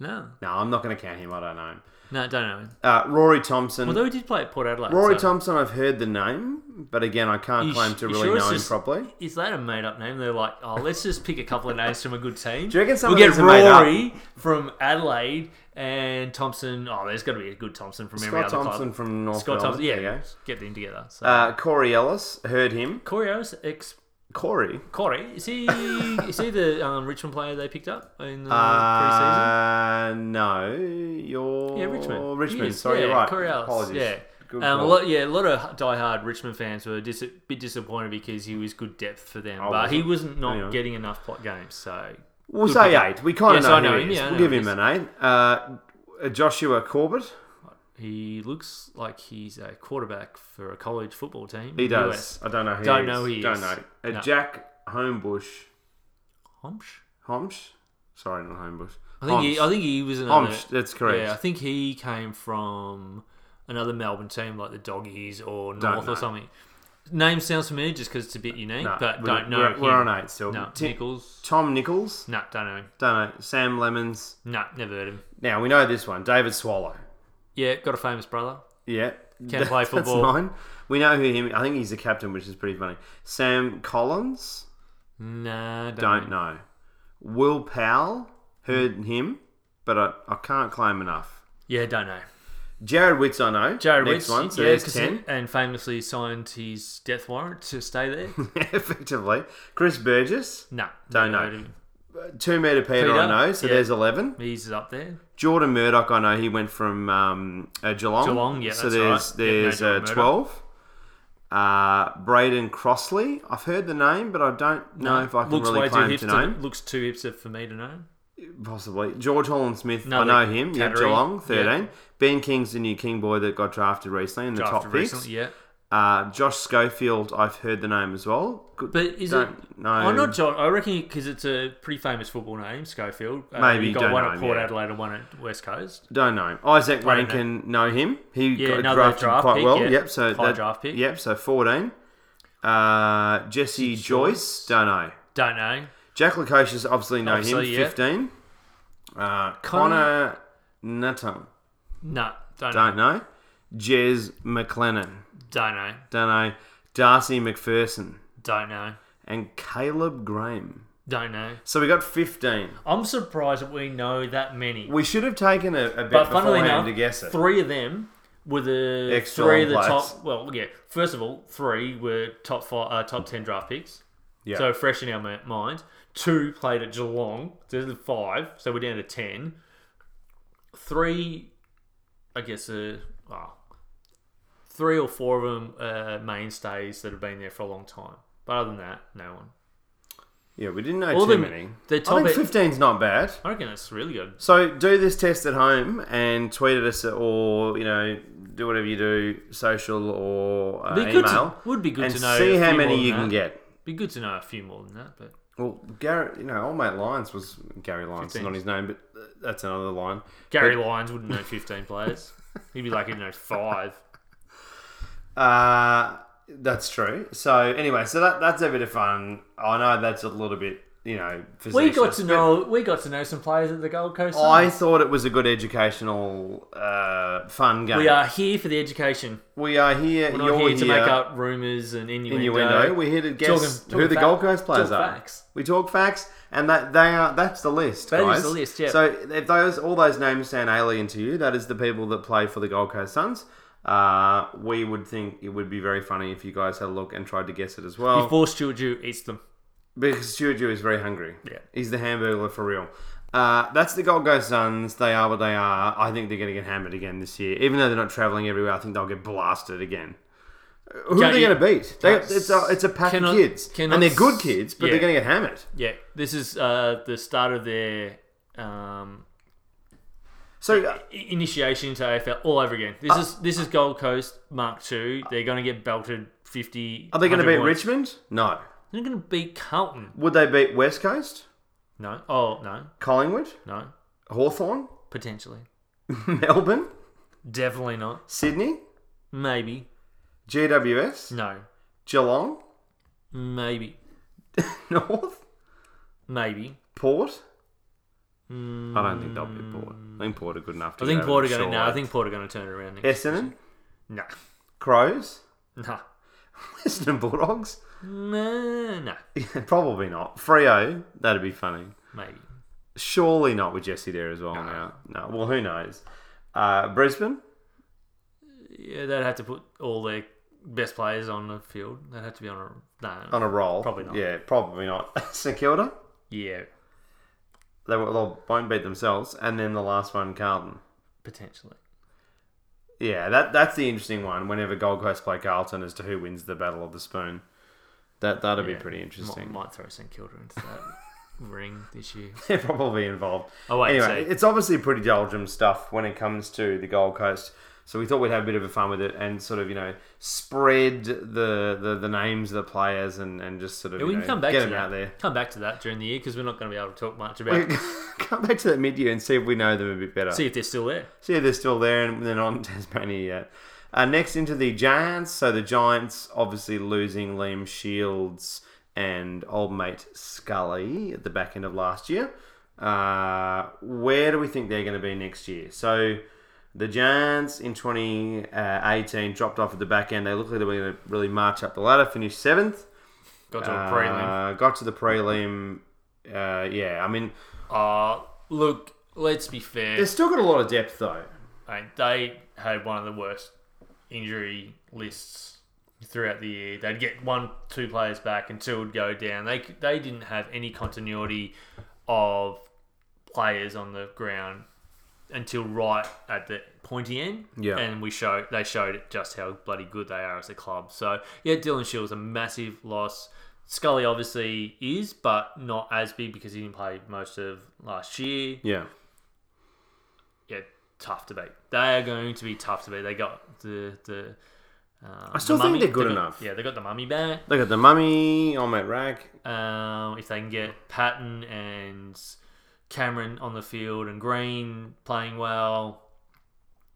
Speaker 2: No,
Speaker 1: No, I'm not going to count him. I don't know him.
Speaker 2: no, don't know. him.
Speaker 1: Uh, Rory Thompson.
Speaker 2: Although he did play at Port Adelaide.
Speaker 1: Rory
Speaker 2: so-
Speaker 1: Thompson, I've heard the name, but again, I can't
Speaker 2: You
Speaker 1: claim
Speaker 2: sh-
Speaker 1: to
Speaker 2: you
Speaker 1: really
Speaker 2: sure it's
Speaker 1: know him
Speaker 2: just-
Speaker 1: properly.
Speaker 2: Is that a made up name? They're like, oh, let's just pick a couple of names from a good team.
Speaker 1: Do you reckon some
Speaker 2: we'll
Speaker 1: of
Speaker 2: get
Speaker 1: these are made up?
Speaker 2: Rory from Adelaide and Thompson. Oh, there's got to be a good Thompson from every
Speaker 1: Scott
Speaker 2: other
Speaker 1: Thompson
Speaker 2: club.
Speaker 1: from North
Speaker 2: Scott
Speaker 1: Melbourne.
Speaker 2: Thompson, yeah,
Speaker 1: There you go.
Speaker 2: get them together. So.
Speaker 1: Uh, Corey Ellis, heard him.
Speaker 2: Corio's ex
Speaker 1: Corey.
Speaker 2: Corey is he is he the um, Richmond player they picked up in the preseason?
Speaker 1: Uh, no, you're
Speaker 2: Yeah, Richmond.
Speaker 1: Richmond.
Speaker 2: He is,
Speaker 1: Sorry,
Speaker 2: yeah,
Speaker 1: you're right.
Speaker 2: Corio's,
Speaker 1: Apologies.
Speaker 2: Yeah.
Speaker 1: Good
Speaker 2: Um, a
Speaker 1: call.
Speaker 2: lot, yeah, a lot of die-hard Richmond fans were dis- a bit disappointed because he was good depth for them, but he was not
Speaker 1: Anyway.
Speaker 2: getting enough plot games. So
Speaker 1: We'll say eight. We kind of
Speaker 2: Yes,
Speaker 1: know,
Speaker 2: I know
Speaker 1: who he
Speaker 2: him,
Speaker 1: is.
Speaker 2: yeah, I
Speaker 1: we'll
Speaker 2: know
Speaker 1: give
Speaker 2: who
Speaker 1: him
Speaker 2: he
Speaker 1: an eight. Uh, Joshua Corbett.
Speaker 2: he looks like he's a quarterback for a college football team.
Speaker 1: He
Speaker 2: in the
Speaker 1: does.
Speaker 2: US.
Speaker 1: I don't know who
Speaker 2: Don't
Speaker 1: he
Speaker 2: know
Speaker 1: is.
Speaker 2: who he
Speaker 1: Don't
Speaker 2: is.
Speaker 1: know. Uh,
Speaker 2: No.
Speaker 1: Jack Homebush.
Speaker 2: Homsch?
Speaker 1: Homsch? Sorry, not Homebush.
Speaker 2: I think he, I think he was another.
Speaker 1: Homsch, that's correct.
Speaker 2: Yeah, I think he came from another Melbourne team like the Doggies or
Speaker 1: Don't
Speaker 2: North
Speaker 1: know.
Speaker 2: or something. Name sounds familiar just because it's a bit unique,
Speaker 1: No,
Speaker 2: but
Speaker 1: we-
Speaker 2: don't know.
Speaker 1: We're,
Speaker 2: him.
Speaker 1: we're on eight still.
Speaker 2: No,
Speaker 1: Ti-
Speaker 2: Nichols.
Speaker 1: Tom Nichols.
Speaker 2: No, don't know. him.
Speaker 1: Don't know. Sam Lemons.
Speaker 2: No, never heard of him.
Speaker 1: Now we know this one. David Swallow.
Speaker 2: Yeah, got a famous brother.
Speaker 1: Yeah.
Speaker 2: Can play football.
Speaker 1: That's mine. We know who him. I think he's the captain, which is pretty funny. Sam Collins.
Speaker 2: Nah, don't,
Speaker 1: Don't
Speaker 2: know.
Speaker 1: know. Will Powell. Heard him, but I, I can't claim enough.
Speaker 2: Yeah, don't know.
Speaker 1: Jared Witz, I know.
Speaker 2: Jared
Speaker 1: Next
Speaker 2: Witz,
Speaker 1: one. So
Speaker 2: yeah,
Speaker 1: there's
Speaker 2: 'cause he-
Speaker 1: ten.
Speaker 2: and famously signed his death warrant to stay there.
Speaker 1: Effectively. Chris Burgess.
Speaker 2: no,
Speaker 1: Don't
Speaker 2: never
Speaker 1: know.
Speaker 2: heard of him.
Speaker 1: Two meter Peter,
Speaker 2: Peter,
Speaker 1: I know. So
Speaker 2: yeah.
Speaker 1: there's eleven.
Speaker 2: He's up there.
Speaker 1: Jordan Murdoch, I know he went from um, uh, Geelong.
Speaker 2: Geelong, yeah,
Speaker 1: So there's
Speaker 2: that's right. Yeah, no,
Speaker 1: there's
Speaker 2: Jordan
Speaker 1: uh,
Speaker 2: Murdoch.
Speaker 1: twelve. Uh, Braden Crossley, I've heard the name, but I don't know if I can
Speaker 2: looks
Speaker 1: really
Speaker 2: way
Speaker 1: claim
Speaker 2: too
Speaker 1: to
Speaker 2: hipster.
Speaker 1: know. him.
Speaker 2: Looks too hipster for me to know.
Speaker 1: Possibly George Holland Smith, I
Speaker 2: Another
Speaker 1: know him. Yeah,
Speaker 2: Cattery.
Speaker 1: Geelong, thirteen.
Speaker 2: Yeah.
Speaker 1: Ben King's the new King boy that got drafted recently in the
Speaker 2: Drafted
Speaker 1: top picks.
Speaker 2: recently, yeah.
Speaker 1: Uh, Josh Schofield, I've heard the name as well. Good-
Speaker 2: But is
Speaker 1: don't
Speaker 2: it?
Speaker 1: know.
Speaker 2: I'm not John. I reckon because it's a pretty famous football name, Schofield. Uh,
Speaker 1: Maybe,
Speaker 2: you got
Speaker 1: don't
Speaker 2: one
Speaker 1: know
Speaker 2: at
Speaker 1: him,
Speaker 2: Port
Speaker 1: yeah.
Speaker 2: Adelaide and one at West Coast.
Speaker 1: Don't know. Isaac
Speaker 2: know.
Speaker 1: Rankin, know. him. He
Speaker 2: Yeah,
Speaker 1: got
Speaker 2: another
Speaker 1: drafted
Speaker 2: draft
Speaker 1: quite
Speaker 2: pick,
Speaker 1: well.
Speaker 2: yeah.
Speaker 1: Yep, so
Speaker 2: High draft pick.
Speaker 1: Yep, so fourteen. Uh, Jesse Joyce, don't know.
Speaker 2: Don't know.
Speaker 1: Jack Lacocious, obviously know
Speaker 2: Obviously,
Speaker 1: him.
Speaker 2: yeah.
Speaker 1: Fifteen. Uh, Connor
Speaker 2: Connor-
Speaker 1: Nuttall,
Speaker 2: No, don't, know.
Speaker 1: don't know. Jez McLennan,
Speaker 2: Don't know.
Speaker 1: don't know. Darcy McPherson
Speaker 2: Don't know.
Speaker 1: and Caleb Graham.
Speaker 2: Don't know.
Speaker 1: So we got fifteen.
Speaker 2: I'm surprised that we know that many.
Speaker 1: We should have taken a, a bit
Speaker 2: but funnily
Speaker 1: beforehand
Speaker 2: enough,
Speaker 1: to guess it.
Speaker 2: three of them were the
Speaker 1: Extra
Speaker 2: three of the
Speaker 1: long players.
Speaker 2: top. Well, yeah. First of all, three were top five, uh, top ten draft picks.
Speaker 1: Yeah.
Speaker 2: So fresh in our mi- mind. Two played at Geelong. There's the five, so we're down to ten. Three, I guess, uh, well, three or four of them uh, mainstays that have been there for a long time. But other than that, no one.
Speaker 1: Yeah, we didn't know
Speaker 2: All
Speaker 1: too
Speaker 2: the-
Speaker 1: many.
Speaker 2: the top
Speaker 1: I
Speaker 2: e-
Speaker 1: think 15's not bad.
Speaker 2: I reckon that's really good.
Speaker 1: So do this test at home and tweet at us, or you know, do whatever you do, social or uh,
Speaker 2: Be good to-
Speaker 1: email,
Speaker 2: would be good
Speaker 1: and
Speaker 2: to know
Speaker 1: see
Speaker 2: a
Speaker 1: how
Speaker 2: few
Speaker 1: many
Speaker 2: more
Speaker 1: you
Speaker 2: than
Speaker 1: can
Speaker 2: that.
Speaker 1: get.
Speaker 2: Be good to know a few more than that, but
Speaker 1: Well, Garrett, you know, old mate Lyons was Gary Lyons,
Speaker 2: 15.
Speaker 1: not his name, but uh, that's another line.
Speaker 2: Gary Lyons wouldn't know 15 players. He'd be lucky to know five.
Speaker 1: Uh, that's true. So anyway, so that that's a bit of fun. I know that's a little bit, you know,
Speaker 2: We
Speaker 1: facetious,
Speaker 2: got to
Speaker 1: but
Speaker 2: know we got to know some players at the Gold Coast.
Speaker 1: I
Speaker 2: Suns.
Speaker 1: thought it was a good educational, uh, fun game.
Speaker 2: we are here for the education.
Speaker 1: we are here.
Speaker 2: We're
Speaker 1: you're
Speaker 2: not here, to
Speaker 1: here.
Speaker 2: make up rumours and innuendo.
Speaker 1: innuendo. We're here to guess
Speaker 2: Talking-
Speaker 1: who
Speaker 2: talking
Speaker 1: the
Speaker 2: fac-
Speaker 1: Gold Coast players
Speaker 2: talking
Speaker 1: are.
Speaker 2: facts.
Speaker 1: We talk facts, and that they are that's the list.
Speaker 2: That is
Speaker 1: guys.
Speaker 2: the list, yeah.
Speaker 1: So if those all those names sound alien to you, that is the people that play for the Gold Coast Suns. Uh, we would think it would be very funny if you guys had a look and tried to guess it as well.
Speaker 2: Before Stuart Jew eats them.
Speaker 1: Because Stuart is very hungry.
Speaker 2: Yeah.
Speaker 1: He's the hamburger for real. Uh, that's the Gold Coast Suns. They are what they are. I think they're going to get hammered again this year. Even though they're not travelling everywhere, I think they'll get blasted again. Who are
Speaker 2: Can't
Speaker 1: they
Speaker 2: you-
Speaker 1: going to beat? They,
Speaker 2: Can't-
Speaker 1: it's, a, it's a pack
Speaker 2: cannot-
Speaker 1: of kids.
Speaker 2: cannot
Speaker 1: and they're good
Speaker 2: s-
Speaker 1: kids, but
Speaker 2: yeah.
Speaker 1: they're going to get hammered.
Speaker 2: Yeah, this is uh, the start of their um,
Speaker 1: So, uh,
Speaker 2: i- initiation into AFL all over again. This is this is Gold Coast Mark Two. They're going to get belted fifty.
Speaker 1: are they going to
Speaker 2: 100
Speaker 1: beat
Speaker 2: points.
Speaker 1: Richmond? No.
Speaker 2: They're going to beat Carlton.
Speaker 1: Would they beat West Coast?
Speaker 2: No. Oh no.
Speaker 1: Collingwood?
Speaker 2: No.
Speaker 1: Hawthorn,
Speaker 2: Potentially.
Speaker 1: Melbourne?
Speaker 2: Definitely not.
Speaker 1: Sydney?
Speaker 2: Maybe.
Speaker 1: GWS?
Speaker 2: No.
Speaker 1: Geelong?
Speaker 2: Maybe.
Speaker 1: North?
Speaker 2: Maybe. Mm,
Speaker 1: Port? I don't think they'll beat Port. I think Port are good enough to
Speaker 2: I think
Speaker 1: get
Speaker 2: Port are
Speaker 1: over the
Speaker 2: going. No, I
Speaker 1: shoreline.
Speaker 2: think Port are going to turn it around. Next.
Speaker 1: Essendon,
Speaker 2: No.
Speaker 1: Crows,
Speaker 2: No.
Speaker 1: Essendon Bulldogs.
Speaker 2: No. No.
Speaker 1: Yeah, Probably not. Frio, that'd be funny.
Speaker 2: Maybe.
Speaker 1: Surely not with Jesse there as well now. No, well, who knows? Uh, Brisbane,
Speaker 2: Yeah, they'd have to put all their best players on the field. They'd have to be on a no.
Speaker 1: on a roll.
Speaker 2: Probably not.
Speaker 1: Yeah, probably not. St Kilda,
Speaker 2: yeah,
Speaker 1: they will- they'll won't beat themselves. And then the last one, Carlton.
Speaker 2: potentially.
Speaker 1: Yeah, that that's the interesting one. Whenever Gold Coast play Carlton, as to who wins the Battle of the Spoon, that that'd
Speaker 2: Yeah.
Speaker 1: be pretty
Speaker 2: Might,
Speaker 1: interesting.
Speaker 2: might throw St Kilda into that ring this year.
Speaker 1: They're probably involved.
Speaker 2: Oh wait,
Speaker 1: anyway,
Speaker 2: so
Speaker 1: it's obviously pretty doldrum stuff when it comes to the Gold Coast. So we thought we'd have a bit of a fun with it and sort of, you know, spread the the, the names of the players and, and just sort of
Speaker 2: yeah,
Speaker 1: you
Speaker 2: we can
Speaker 1: know,
Speaker 2: come back
Speaker 1: get
Speaker 2: to
Speaker 1: them
Speaker 2: that.
Speaker 1: out there.
Speaker 2: Come back to that during the year because we're not going to be able to talk much
Speaker 1: We
Speaker 2: about.
Speaker 1: can come back to that mid year and see if we know them a bit better.
Speaker 2: See if they're still there.
Speaker 1: See if they're still there and they're not in Tasmania yet. Uh, next into the Giants. So the Giants obviously losing Liam Shields and old mate Scully at the back end of last year. Uh, where do we think they're going to be next year? So the Giants in 2018 dropped off at the back end. They look like they were going to really march up the ladder, finish seventh.
Speaker 2: Got to a prelim.
Speaker 1: Uh, got to the prelim. Uh, yeah, I mean,
Speaker 2: Uh, look, let's be fair.
Speaker 1: they've still got a lot of depth though.
Speaker 2: I mean, they had one of the worst injury lists throughout the year. They'd get one, two players back, and two would go down. They c- they didn't have any continuity of players on the ground until right at the pointy end.
Speaker 1: Yeah.
Speaker 2: and we show they showed just how bloody good they are as a club. So yeah, Dylan Shields a massive loss. Scully obviously is, but not as big because he didn't play most of last year
Speaker 1: Yeah.
Speaker 2: yeah, tough to beat. They are going to be tough to beat. They got the the. Uh, I
Speaker 1: still think they're good enough.
Speaker 2: Yeah, they got the mummy back.
Speaker 1: Look at the mummy, old mate Rack,
Speaker 2: Um, if they can get Patton and Cameron on the field and Green playing well,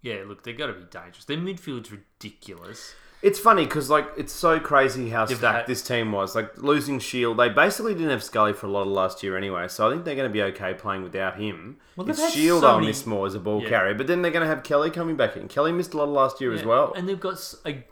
Speaker 2: yeah, look, they've got to be dangerous. Their midfield's ridiculous.
Speaker 1: It's funny because like it's so crazy how
Speaker 2: If
Speaker 1: stacked
Speaker 2: they-
Speaker 1: this team was. Like losing Shield, they basically didn't have Scully for a lot of last year anyway, so I think they're going to be okay playing without him.
Speaker 2: Well, they've
Speaker 1: it's
Speaker 2: had
Speaker 1: Shield
Speaker 2: so
Speaker 1: I'll
Speaker 2: many-
Speaker 1: miss more as a ball
Speaker 2: Yeah.
Speaker 1: carrier, but then they're going to have Kelly coming back in. Kelly missed a lot of last year as
Speaker 2: Yeah,
Speaker 1: well.
Speaker 2: and they've got s- a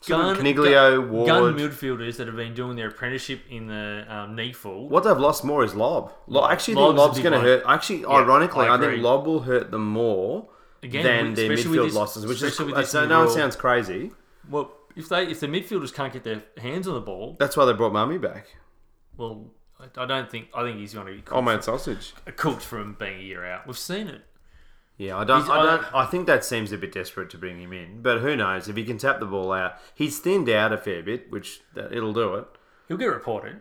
Speaker 1: Sort
Speaker 2: gun.
Speaker 1: of Caniglio,
Speaker 2: gun,
Speaker 1: Ward.
Speaker 2: gun midfielders that have been doing their apprenticeship in the um, needful.
Speaker 1: what they've lost more is Lob. Lo- I actually
Speaker 2: Lob's a
Speaker 1: think Lob's
Speaker 2: big
Speaker 1: going to
Speaker 2: one.
Speaker 1: hurt. Actually, ironically,
Speaker 2: I
Speaker 1: I,
Speaker 2: agree.
Speaker 1: think Lob will hurt them more
Speaker 2: Again,
Speaker 1: than
Speaker 2: with-
Speaker 1: their
Speaker 2: especially with
Speaker 1: midfield
Speaker 2: this-
Speaker 1: losses, which is
Speaker 2: especially with this
Speaker 1: I
Speaker 2: new
Speaker 1: know it
Speaker 2: rule.
Speaker 1: sounds crazy.
Speaker 2: Well, if they if the midfielders can't get their hands on the ball,
Speaker 1: That's why they brought Mummy back.
Speaker 2: Well, I don't think. I think he's going to be cooked,
Speaker 3: Oh man, sausage.
Speaker 2: cooked from being a year out. We've seen it.
Speaker 1: Yeah, I don't,
Speaker 2: He's-
Speaker 1: I
Speaker 2: I
Speaker 1: don't. I think that seems a bit desperate to bring him in, but who knows if he can tap the ball out? He's thinned out a fair bit, which that, it'll do it.
Speaker 2: He'll get reported.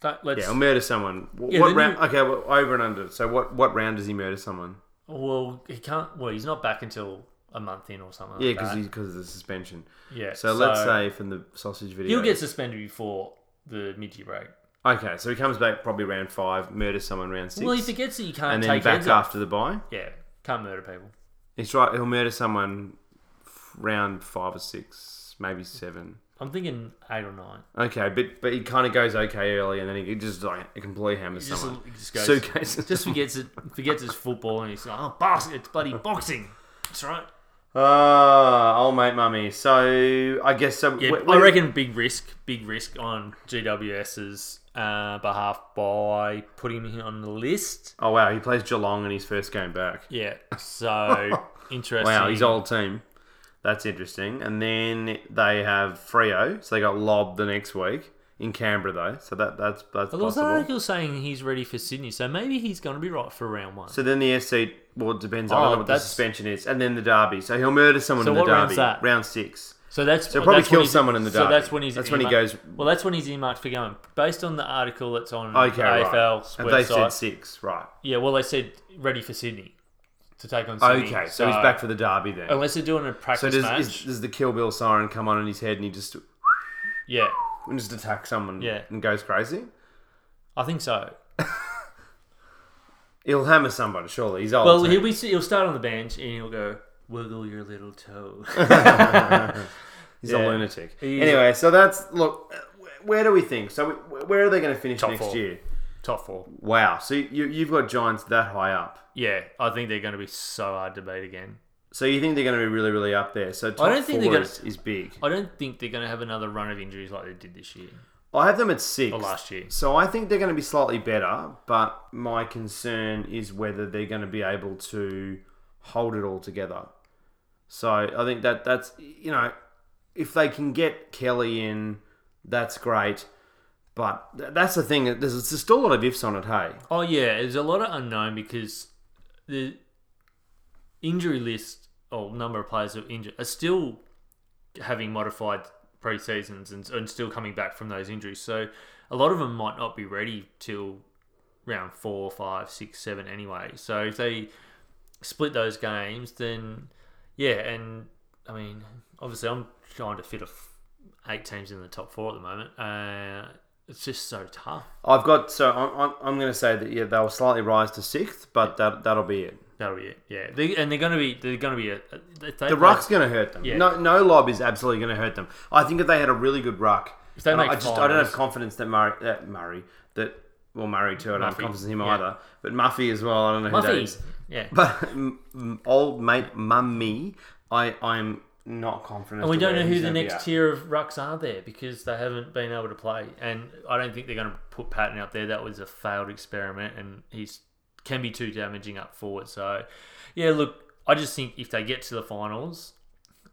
Speaker 2: That, let's.
Speaker 1: Yeah, um, he'll murder someone. Wh-
Speaker 2: Yeah,
Speaker 1: what
Speaker 2: then
Speaker 1: round?
Speaker 2: you-
Speaker 1: Okay, well, over and under. So what? What round does he murder someone?
Speaker 2: well, he can't. Well, he's not back until a month in or something.
Speaker 1: Yeah,
Speaker 2: like
Speaker 1: because
Speaker 2: that.
Speaker 1: because of the suspension.
Speaker 2: yeah.
Speaker 1: So, let's say from the sausage video,
Speaker 2: he'll get suspended before the mid-year break.
Speaker 1: okay. So he comes back probably round five, murder someone round six,
Speaker 2: Well, he forgets that you can't
Speaker 1: and then
Speaker 2: take
Speaker 1: back
Speaker 2: heads off.
Speaker 1: after the bye.
Speaker 2: Yeah, can't murder people.
Speaker 1: He's right. He'll murder someone f- round five or six, maybe seven.
Speaker 2: I'm thinking eight or nine.
Speaker 1: Okay, but but he kind of goes okay early, and then he just like a complete hammer
Speaker 2: He just,
Speaker 1: someone.
Speaker 2: he just goes,
Speaker 1: Suitcases.
Speaker 2: just forgets it, forgets it's football, and he's like, oh, boxing, it's bloody boxing. That's right.
Speaker 1: Ah, oh, old mate, mummy. So I guess so.
Speaker 2: Yeah,
Speaker 1: wh-
Speaker 2: I
Speaker 1: wh-
Speaker 2: reckon big risk, big risk on GWS's uh, behalf by putting him on the list.
Speaker 1: Oh wow, he plays Geelong in his first game back.
Speaker 2: Yeah, so interesting.
Speaker 1: Wow, his old team. That's interesting. And then they have Frio, so they got Lob the next week in Canberra though. So that that's that's
Speaker 2: But there was an
Speaker 1: possible.
Speaker 2: article saying he's ready for Sydney, so maybe he's going to be right for round one. So,
Speaker 1: So then the FC well it depends. I
Speaker 2: Oh,
Speaker 1: don't know what the
Speaker 2: that's-
Speaker 1: suspension is, and then the derby. So he'll murder someone
Speaker 2: So
Speaker 1: in the
Speaker 2: what round's
Speaker 1: derby.
Speaker 2: that?
Speaker 1: Round six.
Speaker 2: that's
Speaker 1: So he'll probably
Speaker 2: that's when
Speaker 1: kill
Speaker 2: he's-
Speaker 1: someone in the
Speaker 2: So
Speaker 1: derby.
Speaker 2: that's when he's
Speaker 1: That's when he
Speaker 2: earmarked-
Speaker 1: goes.
Speaker 2: Well, that's when he's earmarked for going. Based on the article that's on
Speaker 1: Okay, right.
Speaker 2: AFL's
Speaker 1: And they
Speaker 2: website,
Speaker 1: said six, right?
Speaker 2: Yeah, well, they said ready for Sydney to take on Sydney.
Speaker 1: Okay, so he's back for the derby then.
Speaker 2: Unless they're doing a
Speaker 1: So
Speaker 2: practice
Speaker 1: does,
Speaker 2: match.
Speaker 1: is, does the Kill Bill siren come on in his head and he just
Speaker 2: Yeah,
Speaker 1: and just attacks someone
Speaker 2: Yeah.
Speaker 1: and goes crazy?
Speaker 2: I think so.
Speaker 1: He'll hammer someone, surely. He's old.
Speaker 2: Well,
Speaker 1: too.
Speaker 2: he'll, be, he'll start on the bench and he'll go, wiggle your little toe.
Speaker 1: he's
Speaker 2: yeah.
Speaker 1: a lunatic.
Speaker 2: He's-
Speaker 1: anyway, so that's look. wh- Where do we think? So wh- where are they going to finish
Speaker 2: Top
Speaker 1: next
Speaker 2: four.
Speaker 1: year?
Speaker 2: Top four.
Speaker 1: Wow. So you, you've got Giants that high up.
Speaker 2: Yeah, I think they're going to be so hard to beat again.
Speaker 1: So you think they're going to be really, really up there? So top
Speaker 2: I don't think they're
Speaker 1: four
Speaker 2: gonna-
Speaker 1: is, is big.
Speaker 2: I don't think they're going to have another run of injuries like they did this year
Speaker 1: I have them at six.
Speaker 2: or last year.
Speaker 1: So I think they're going to be slightly better, but my concern is whether they're going to be able to hold it all together. So I think that that's you know, if they can get Kelly in, that's great. But th- that's the thing. There's, there's still a lot of ifs on it. Hey,
Speaker 2: Oh yeah, there's a lot of unknown because the injury list or number of players who are injured are still having modified pre seasons and, and still coming back from those injuries. So a lot of them might not be ready till round four, five, six, seven anyway. So if they split those games, then yeah, and I mean obviously I'm trying to fit a f- eight teams in the top four at the moment. Uh, it's just so tough.
Speaker 1: I've got so I'm, I'm, I'm going to say that yeah they'll slightly rise to sixth, but that that'll be it.
Speaker 2: That'll be it. Yeah, they, and they're gonna be they're gonna be a, if they
Speaker 1: The ruck's going to hurt them.
Speaker 2: Yeah.
Speaker 1: No, no lob is absolutely going to hurt them. I think if they had a really good ruck,
Speaker 2: If they
Speaker 1: and I-
Speaker 2: make
Speaker 1: I just I don't
Speaker 2: finals.
Speaker 1: have confidence that Murray, that Murray, that well Murray too. I don't have
Speaker 2: Muffy,
Speaker 1: confidence in him
Speaker 2: yeah.
Speaker 1: either. But Muffy as well. I don't know who that
Speaker 2: Muffy.
Speaker 1: is.
Speaker 2: Yeah,
Speaker 1: But m- m- old mate Mummy, I I'm not confident.
Speaker 2: and we
Speaker 1: of
Speaker 2: don't
Speaker 1: where
Speaker 2: know who
Speaker 1: he's
Speaker 2: the
Speaker 1: gonna be
Speaker 2: next
Speaker 1: at.
Speaker 2: tier of rucks are there because they haven't been able to play, and I don't think they're gonna put Patton out there. That was a failed experiment, and he's can be too damaging up forward. So, yeah, look, I just think if they get to the finals,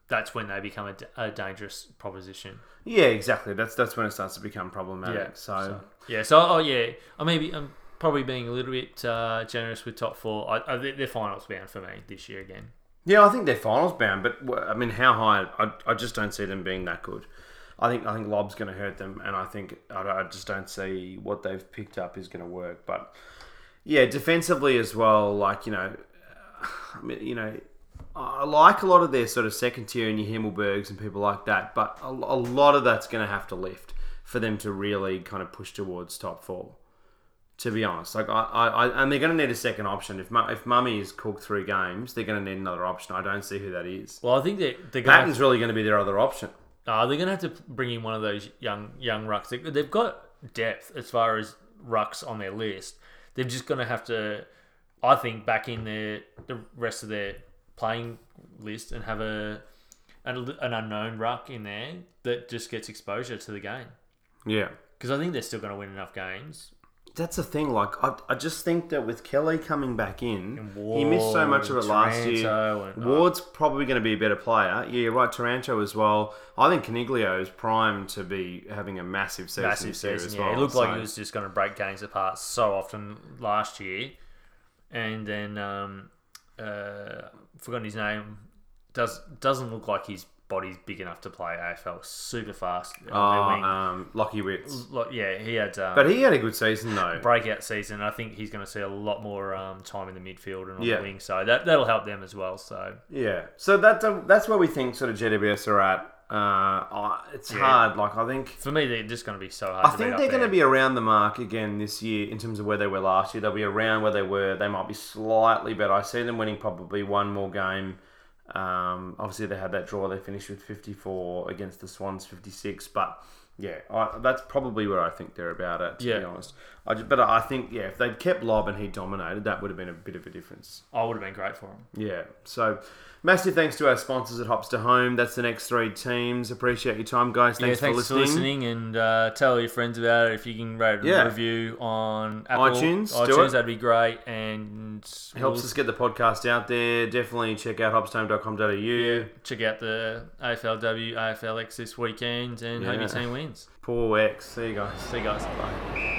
Speaker 2: that's when they become a, d- a dangerous proposition.
Speaker 1: Yeah, exactly. That's that's when it starts to become problematic.
Speaker 2: Yeah,
Speaker 1: so.
Speaker 2: Yeah, so oh yeah, I maybe I'm probably being a little bit uh, generous with top four. I, I, they're they're finals bound for me this year again.
Speaker 1: Yeah, I think they're finals bound, but w- I mean, how high? I, I just don't see them being that good. I think I think Lob's going to hurt them, and I think I, I just don't see what they've picked up is going to work. But yeah, defensively as well, like you know, I mean, you know, I like a lot of their sort of second tier and your Himmelbergs and people like that, but a, a lot of that's going to have to lift for them to really kind of push towards top four. To be honest, like I, I, I and they're going to need a second option. If Mu- if Mummy is cooked through games, they're going to need another option. I don't see who that is.
Speaker 2: Well, I think that they're going to
Speaker 1: Patton's really going to be their other option.
Speaker 2: uh, they're going to have to bring in one of those young young rucks. They, they've got depth as far as rucks on their list. They're just going to have to, I think, back in their the rest of their playing list and have a an, an unknown ruck in there that just gets exposure to the game.
Speaker 1: Yeah,
Speaker 2: Because I think they're still going to win enough games.
Speaker 1: that's the thing. Like, I, I just think that with Kelly coming back in,
Speaker 2: And
Speaker 1: he missed so
Speaker 2: Ward,
Speaker 1: much of it last
Speaker 2: Taranto
Speaker 1: year.
Speaker 2: and- uh,
Speaker 1: Ward's probably going to be a better player. Yeah, you're right. Taranto as well. I think Caniglio is primed to be having a massive season.
Speaker 2: massive
Speaker 1: this year
Speaker 2: season.
Speaker 1: as
Speaker 2: Yeah,
Speaker 1: well,
Speaker 2: it looked like
Speaker 1: so-
Speaker 2: he was just going to break games apart so often last year, and then um, uh, forgotten his name. Does doesn't look like his body's big enough to play AFL super fast. uh,
Speaker 1: Oh,
Speaker 2: their wing.
Speaker 1: um, Lockie Witts.
Speaker 2: Like, yeah, he had um,
Speaker 1: But he had a good season though.
Speaker 2: breakout season. I think he's going to see a lot more um, time in the midfield and on
Speaker 1: Yeah.
Speaker 2: the wing, so that that'll help them as well. So
Speaker 1: Yeah. So that's um, that's where we think sort of JWS are at. Uh, I- it's hard. Like I think
Speaker 2: for me, they're just going to be so hard.
Speaker 1: I
Speaker 2: to
Speaker 1: think they're going to be around the mark again this year in terms of where they were last year. They'll be around where they were. They might be slightly better. I see them winning probably one more game. Um, obviously, they had that draw. They finished with 54 against the Swans, 56. But yeah, I, that's probably where I think they're about at, to be
Speaker 2: Yeah.
Speaker 1: honest. I ju- but I think, yeah, if they'd kept Lob and he dominated, that would have been a bit of a difference.
Speaker 2: I would have been great for them.
Speaker 1: Yeah. So, massive thanks to our sponsors at Hops to Home. That's the next three teams. Appreciate your time, guys. Thanks,
Speaker 2: yeah, thanks for listening, and uh, tell your friends about it. If you can rate and
Speaker 1: Yeah.
Speaker 2: review on Apple,
Speaker 1: iTunes, do it.
Speaker 2: iTunes that'd be great. And
Speaker 1: helps
Speaker 2: we'll
Speaker 1: us get the podcast out there. Definitely check out hopstone.com.au.
Speaker 2: check out the AFLW, AFLX this weekend, and hope
Speaker 1: Yeah.
Speaker 2: your team wins.
Speaker 1: Paul X. See you guys.
Speaker 2: See you guys. Bye.